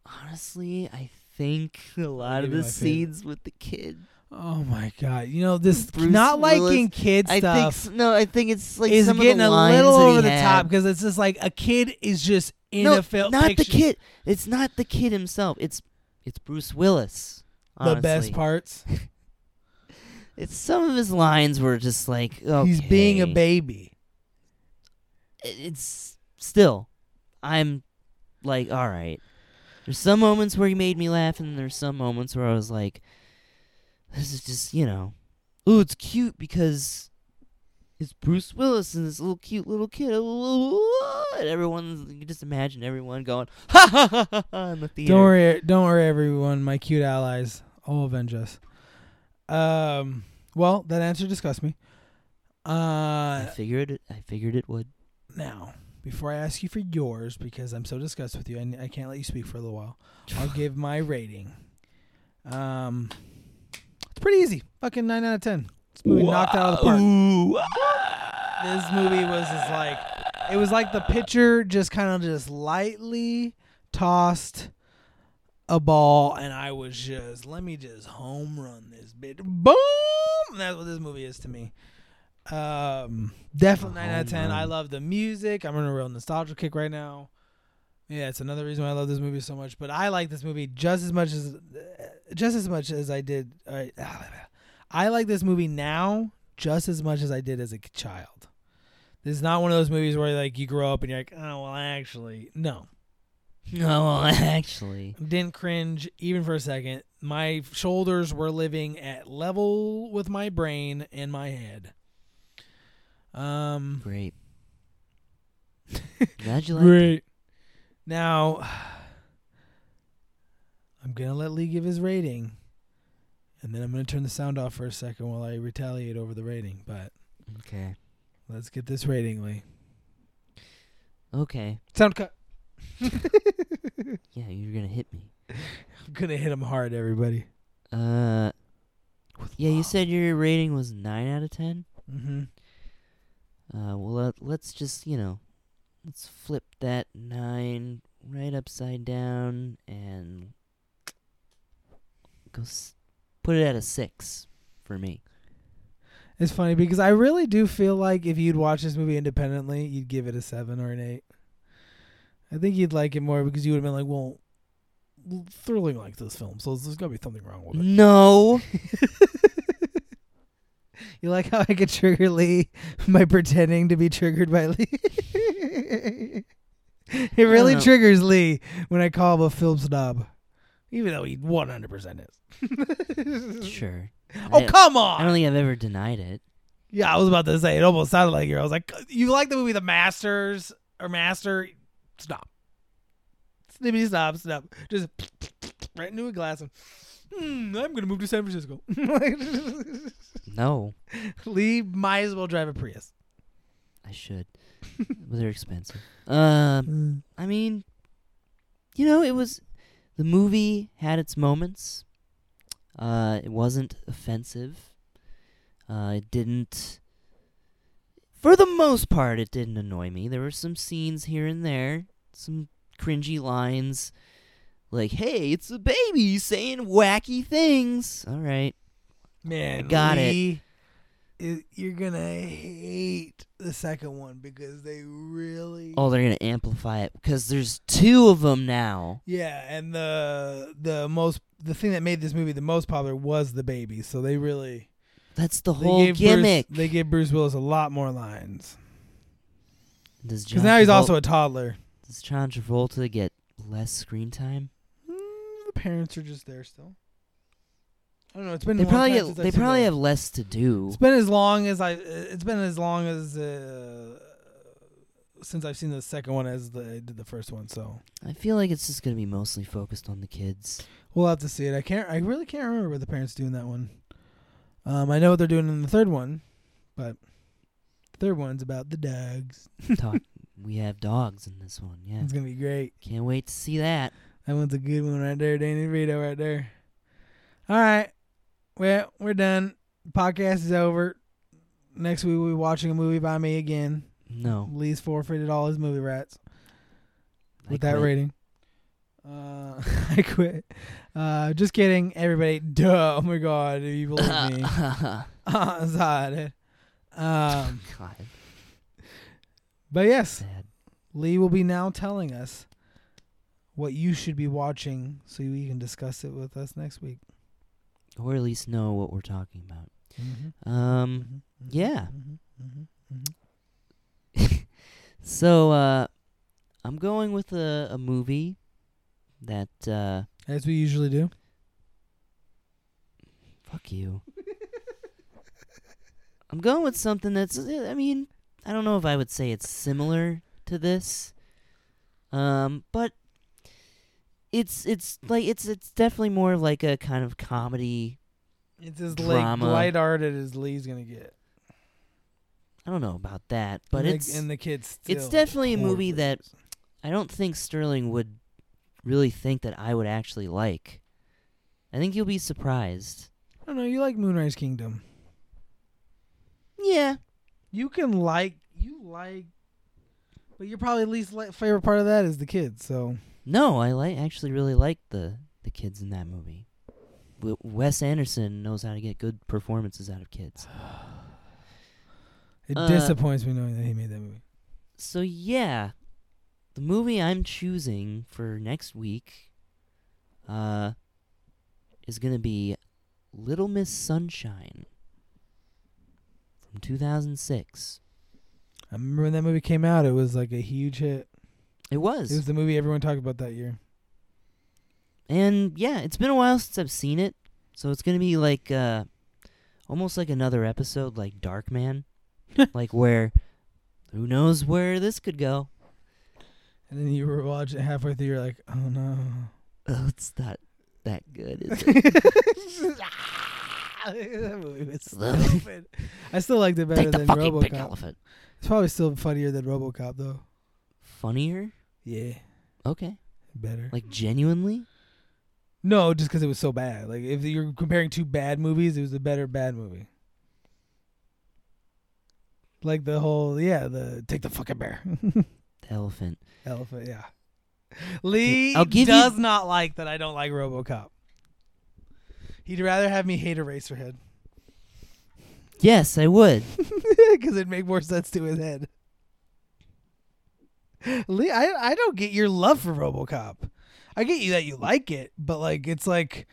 Honestly, I think a lot
give
of
you
the
my favorite.
scenes with the kid.
Oh my god! You know this
Bruce
not
Willis.
liking kids
I
stuff.
think s- no. I think it's like
is
some
getting
of the
a
lines
little
that he
over the
had.
top because it's just like a kid is just in a film.
not the kid. It's not the kid himself. It's it's Bruce Willis.
The
Honestly.
best parts.
It's some of his lines were just like
He's being a
okay.
baby.
It- It's still, I'm like all right. There's some moments where he made me laugh, and there's some moments where I was like, this is just you know, ooh, it's cute because it's Bruce Willis and this little cute little kid. And everyone's you just imagine everyone going ha ha ha ha, ha in the theater.
Don't worry, don't worry, everyone. My cute allies all avenge us. Um. Well, that answer disgusts me.
I
Uh,
figured it. I figured it would.
now, before I ask you for yours, because I'm so disgusted with you, I, n- I can't let you speak for a little while. I'll give my rating. Um, it's pretty easy. Fucking nine out of ten. This movie knocked it out of the park. This movie was just like it was like the pitcher just kind of just lightly tossed a ball, and I was just let me just home run this bitch. Boom! That's what this movie is to me. Um, definitely nine out of
Home
ten. I
run.
love the music. I'm on a real nostalgia kick right now. Yeah, it's another reason why I love this movie so much. But I like this movie just as much as uh, just as much as I did. I, I like this movie now just as much as I did as a child. This is not one of those movies where like you grow up and you're like, oh well, actually, no.
No, well, Oh, actually,
Didn't cringe even for a second. My shoulders were living at level with my brain and my head. Um,
great. Glad you liked it.
great. Now, I'm gonna let Lee give his rating, and then I'm gonna turn the sound off for a second while I retaliate over the rating. But
Okay.
let's get this rating, Lee.
Okay.
Sound cut.
Yeah, you're gonna hit me.
I'm gonna hit him hard, everybody.
Uh, yeah, you said your rating was nine out of ten.
Mm-hmm.
Uh, well, let, let's just you know, let's flip that nine right upside down and go s- put it at a six for me.
It's funny because I really do feel like if you'd watch this movie independently, you'd give it a seven or an eight. I think you'd like it more because you would have been like, well, Thrilling like this film, so there's gotta be something wrong with it.
No.
You like how I could trigger Lee by pretending to be triggered by Lee? it really
know.
triggers Lee when I call him a film snob, even though he 100% is.
sure.
Oh,
I,
come
I
on!
don't think I've ever denied it.
yeah, I was about to say, it almost sounded like you. I was like, you like the movie The Masters or Master? Snob. Snippy snob, snob. Just right into a glass and, "Hmm, I'm going to move to San Francisco.
No,
Lee might as well drive a Prius.
I should. but they're expensive. Um. I mean, you know, it was the movie had its moments. Uh, it wasn't offensive. Uh, it didn't, for the most part, it didn't annoy me. There were some scenes here and there, some cringy lines, like "Hey, it's a baby saying wacky things." All right,
Man,
got it.
Lee, it. You're gonna hate the second one because they really.
oh, they're gonna amplify it because there's two of them now.
Yeah, and the the most the thing that made this movie the most popular was the baby. So they really
That's the
they
whole
gave Bruce-
gimmick.
they gave Bruce Willis a lot more lines
Does
because
John
now he's
Travolta-
also a toddler.
Does John Travolta get less screen time?
Mm, the parents are just there still. I don't know. It's been
They
a long
probably
time since
get,
I've
they
seen
probably
that.
have less to do.
It's been as long as I. It's been as long as uh, since I've seen the second one as the I did the first one. So
I feel like it's just gonna be mostly focused on the kids.
we'll have to see it. I can't. I really can't remember what the parents do in that one. Um, I know what they're doing in the third one, but the third one's about the dogs.
Talk. we have dogs in this one. Yeah,
It's gonna be great.
can't wait to see that.
That one's a good one right there, Danny Vito right there. All right, well we're done. Podcast is over. Next week we'll be watching a movie by me again.
No,
Lee's forfeited all his movie rats.
I
with that
quit.
rating. Uh, I quit. Uh, just kidding, everybody. Duh. Oh my god, if you believe me. Uh, sorry. Um,
God,
but yes,
sad.
Lee will be now telling us what you should be watching so we can discuss it with us next week.
Or at least know what we're talking about.
Mhm,
Um.
mhm, mhm,
yeah.
mhm, mhm, mhm.
So uh, I'm going with a, a movie that uh,
As we usually do.
Fuck you. I'm going with something that's. I mean, I don't know if I would say it's similar to this, um, but it's it's like it's it's definitely more of like a kind of comedy
It's as like
Drama.
light hearted as Lee's gonna get.
I don't know about that, but
and
it's
the, and the kids.
it's
still
definitely a movie
horrible.
that- I don't think Sterling would really think that I would actually like. I think you'll be surprised.
I don't know. You like Moonrise Kingdom.
Yeah.
You can like you like, but your probably least li- favorite part of that is the kids. So
No, I li- actually really like the the kids in that movie. W- Wes Anderson knows how to get good performances out of kids.
it
Uh,
disappoints me knowing that he made that movie.
So yeah, the movie I'm choosing for next week uh is going to be Little Miss Sunshine from 2006.
I remember when that movie came out. It was like a huge hit.
It was.
It was the movie everyone talked about that year.
And yeah, it's been a while since I've seen it. So it's going to be like uh almost like another episode like Darkman, like where who knows where this could go.
And then you were watching it halfway through. You're like, oh no.
Oh, it's not that good. Is it?
that movie was stupid. I still liked it better
Take the
than
fucking
RoboCop.
big elephant.
It's probably still funnier than RoboCop though.
Funnier?
Yeah,
Okay.
better.
Like genuinely?
no, just because it was so bad. Like if you're comparing two bad movies, it was a better bad movie. Like the whole yeah, the take the fucking bear
The elephant.
elephant. Yeah, Lee
I'll give you-
does not like that. I don't like RoboCop. He'd rather have me hate Eraserhead
Yes, I would.
because it'd make more sense to his head. Lee, I I don't get your love for RoboCop. I get you that you like it, but like it's like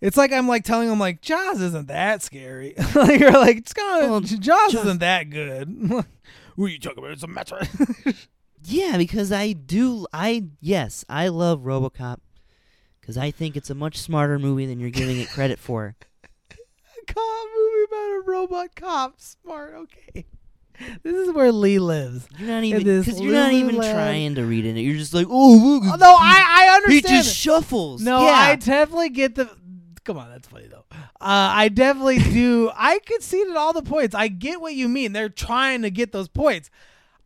it's like I'm like telling him like Jaws isn't that scary. like you're like it's kind
Well,
of, Jaws
Jaws-
isn't that good. what are you talking about? It's a matter.
Yeah, because I do. I yes, I love RoboCop because I think it's a much smarter movie than you're giving it credit for.
cop movie about a robot cop. Smart. Okay. This is where Lee lives.
You're not even
is
because you're not even
Lululemon.
trying to read it. You're just like, oh,
Oh,
look,
no, I I
he
understand.
just
it.
shuffles.
No,
yeah.
I definitely get the. Come on, that's funny though. Uh, I definitely do. I conceded all the points. I get what you mean. They're trying to get those points.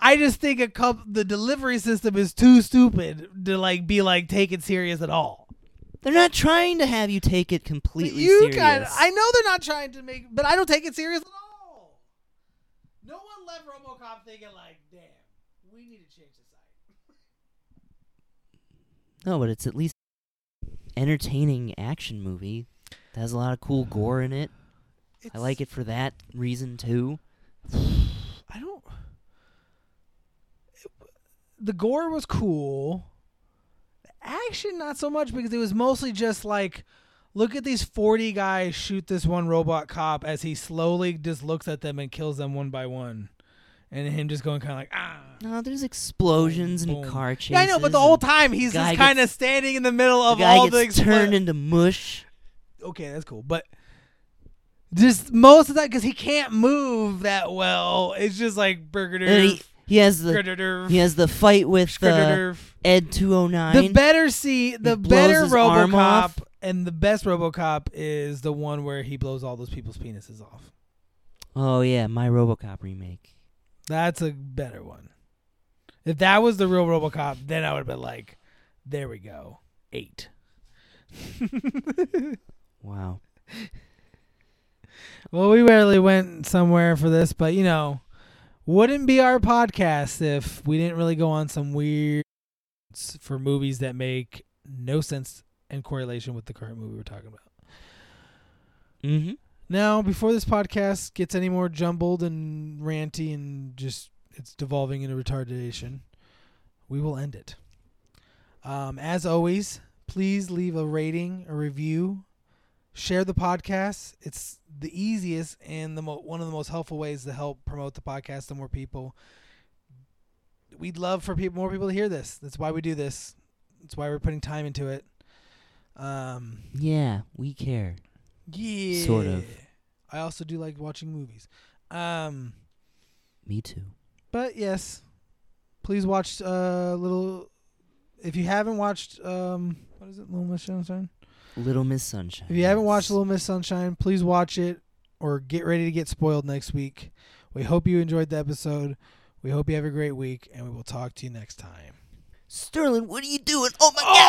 I just think a couple, the delivery system is too stupid to like be like taken serious at all.
They're not trying to have you take it completely
you
serious.
got- I know they're not trying to make, but I don't take it serious at all. No one left RoboCop thinking like, "Damn, we need to change the site."
no, but it's at least entertaining action movie. That has a lot of cool gore in it. I like it for that reason too.
I don't. The gore was cool. The action, not so much because it was mostly just like, look at these 40 guys shoot this one robot cop as he slowly just looks at them and kills them one by one. And him just going kind of like, ah.
No, there's explosions and
Boom.
car chases.
Yeah, I know, but the
and
whole time he's
guy
just
gets-
kind of standing in the middle of
the guy
all
gets
the expl-
turned into mush.
okay, that's cool. But just most of that because he can't move that well. It's just like burger
And Uh, he, he has the he has the fight with uh, Ed two oh
The
nine.
better see the
blows
better
his arm
RoboCop
off.
and the best RoboCop is the one where he blows all those people's penises off.
Oh yeah, my RoboCop remake.
That's a better one. If that was the real RoboCop, then I would have been like, "There we go, eight.
Wow.
Well, we rarely went somewhere for this, but you know, wouldn't be our podcast if we didn't really go on some weird for movies that make no sense in correlation with the current movie we're talking about.
Mm-hmm.
Now, before this podcast gets any more jumbled and ranty and just it's devolving into retardation, we will end it. Um, as always, please leave a rating, a review, share the podcast. It's the easiest and the mo- one of the most helpful ways to help promote the podcast to more people. We'd love for people, more people to hear this. That's why we do this. That's why we're putting time into it. Um,
Yeah, we care.
yeah.
Sort of.
I also do like watching movies. Um,
Me too.
but yes, please watch uh little. If you haven't watched um, what is it, Little Miss Sunshine?
Little Miss Sunshine.
If you haven't watched
yes.
Little Miss Sunshine, please watch it or get ready to get spoiled next week. We hope you enjoyed the episode. We hope you have a great week, and we will talk to you next time.
Sterling, what are you doing? Oh my god!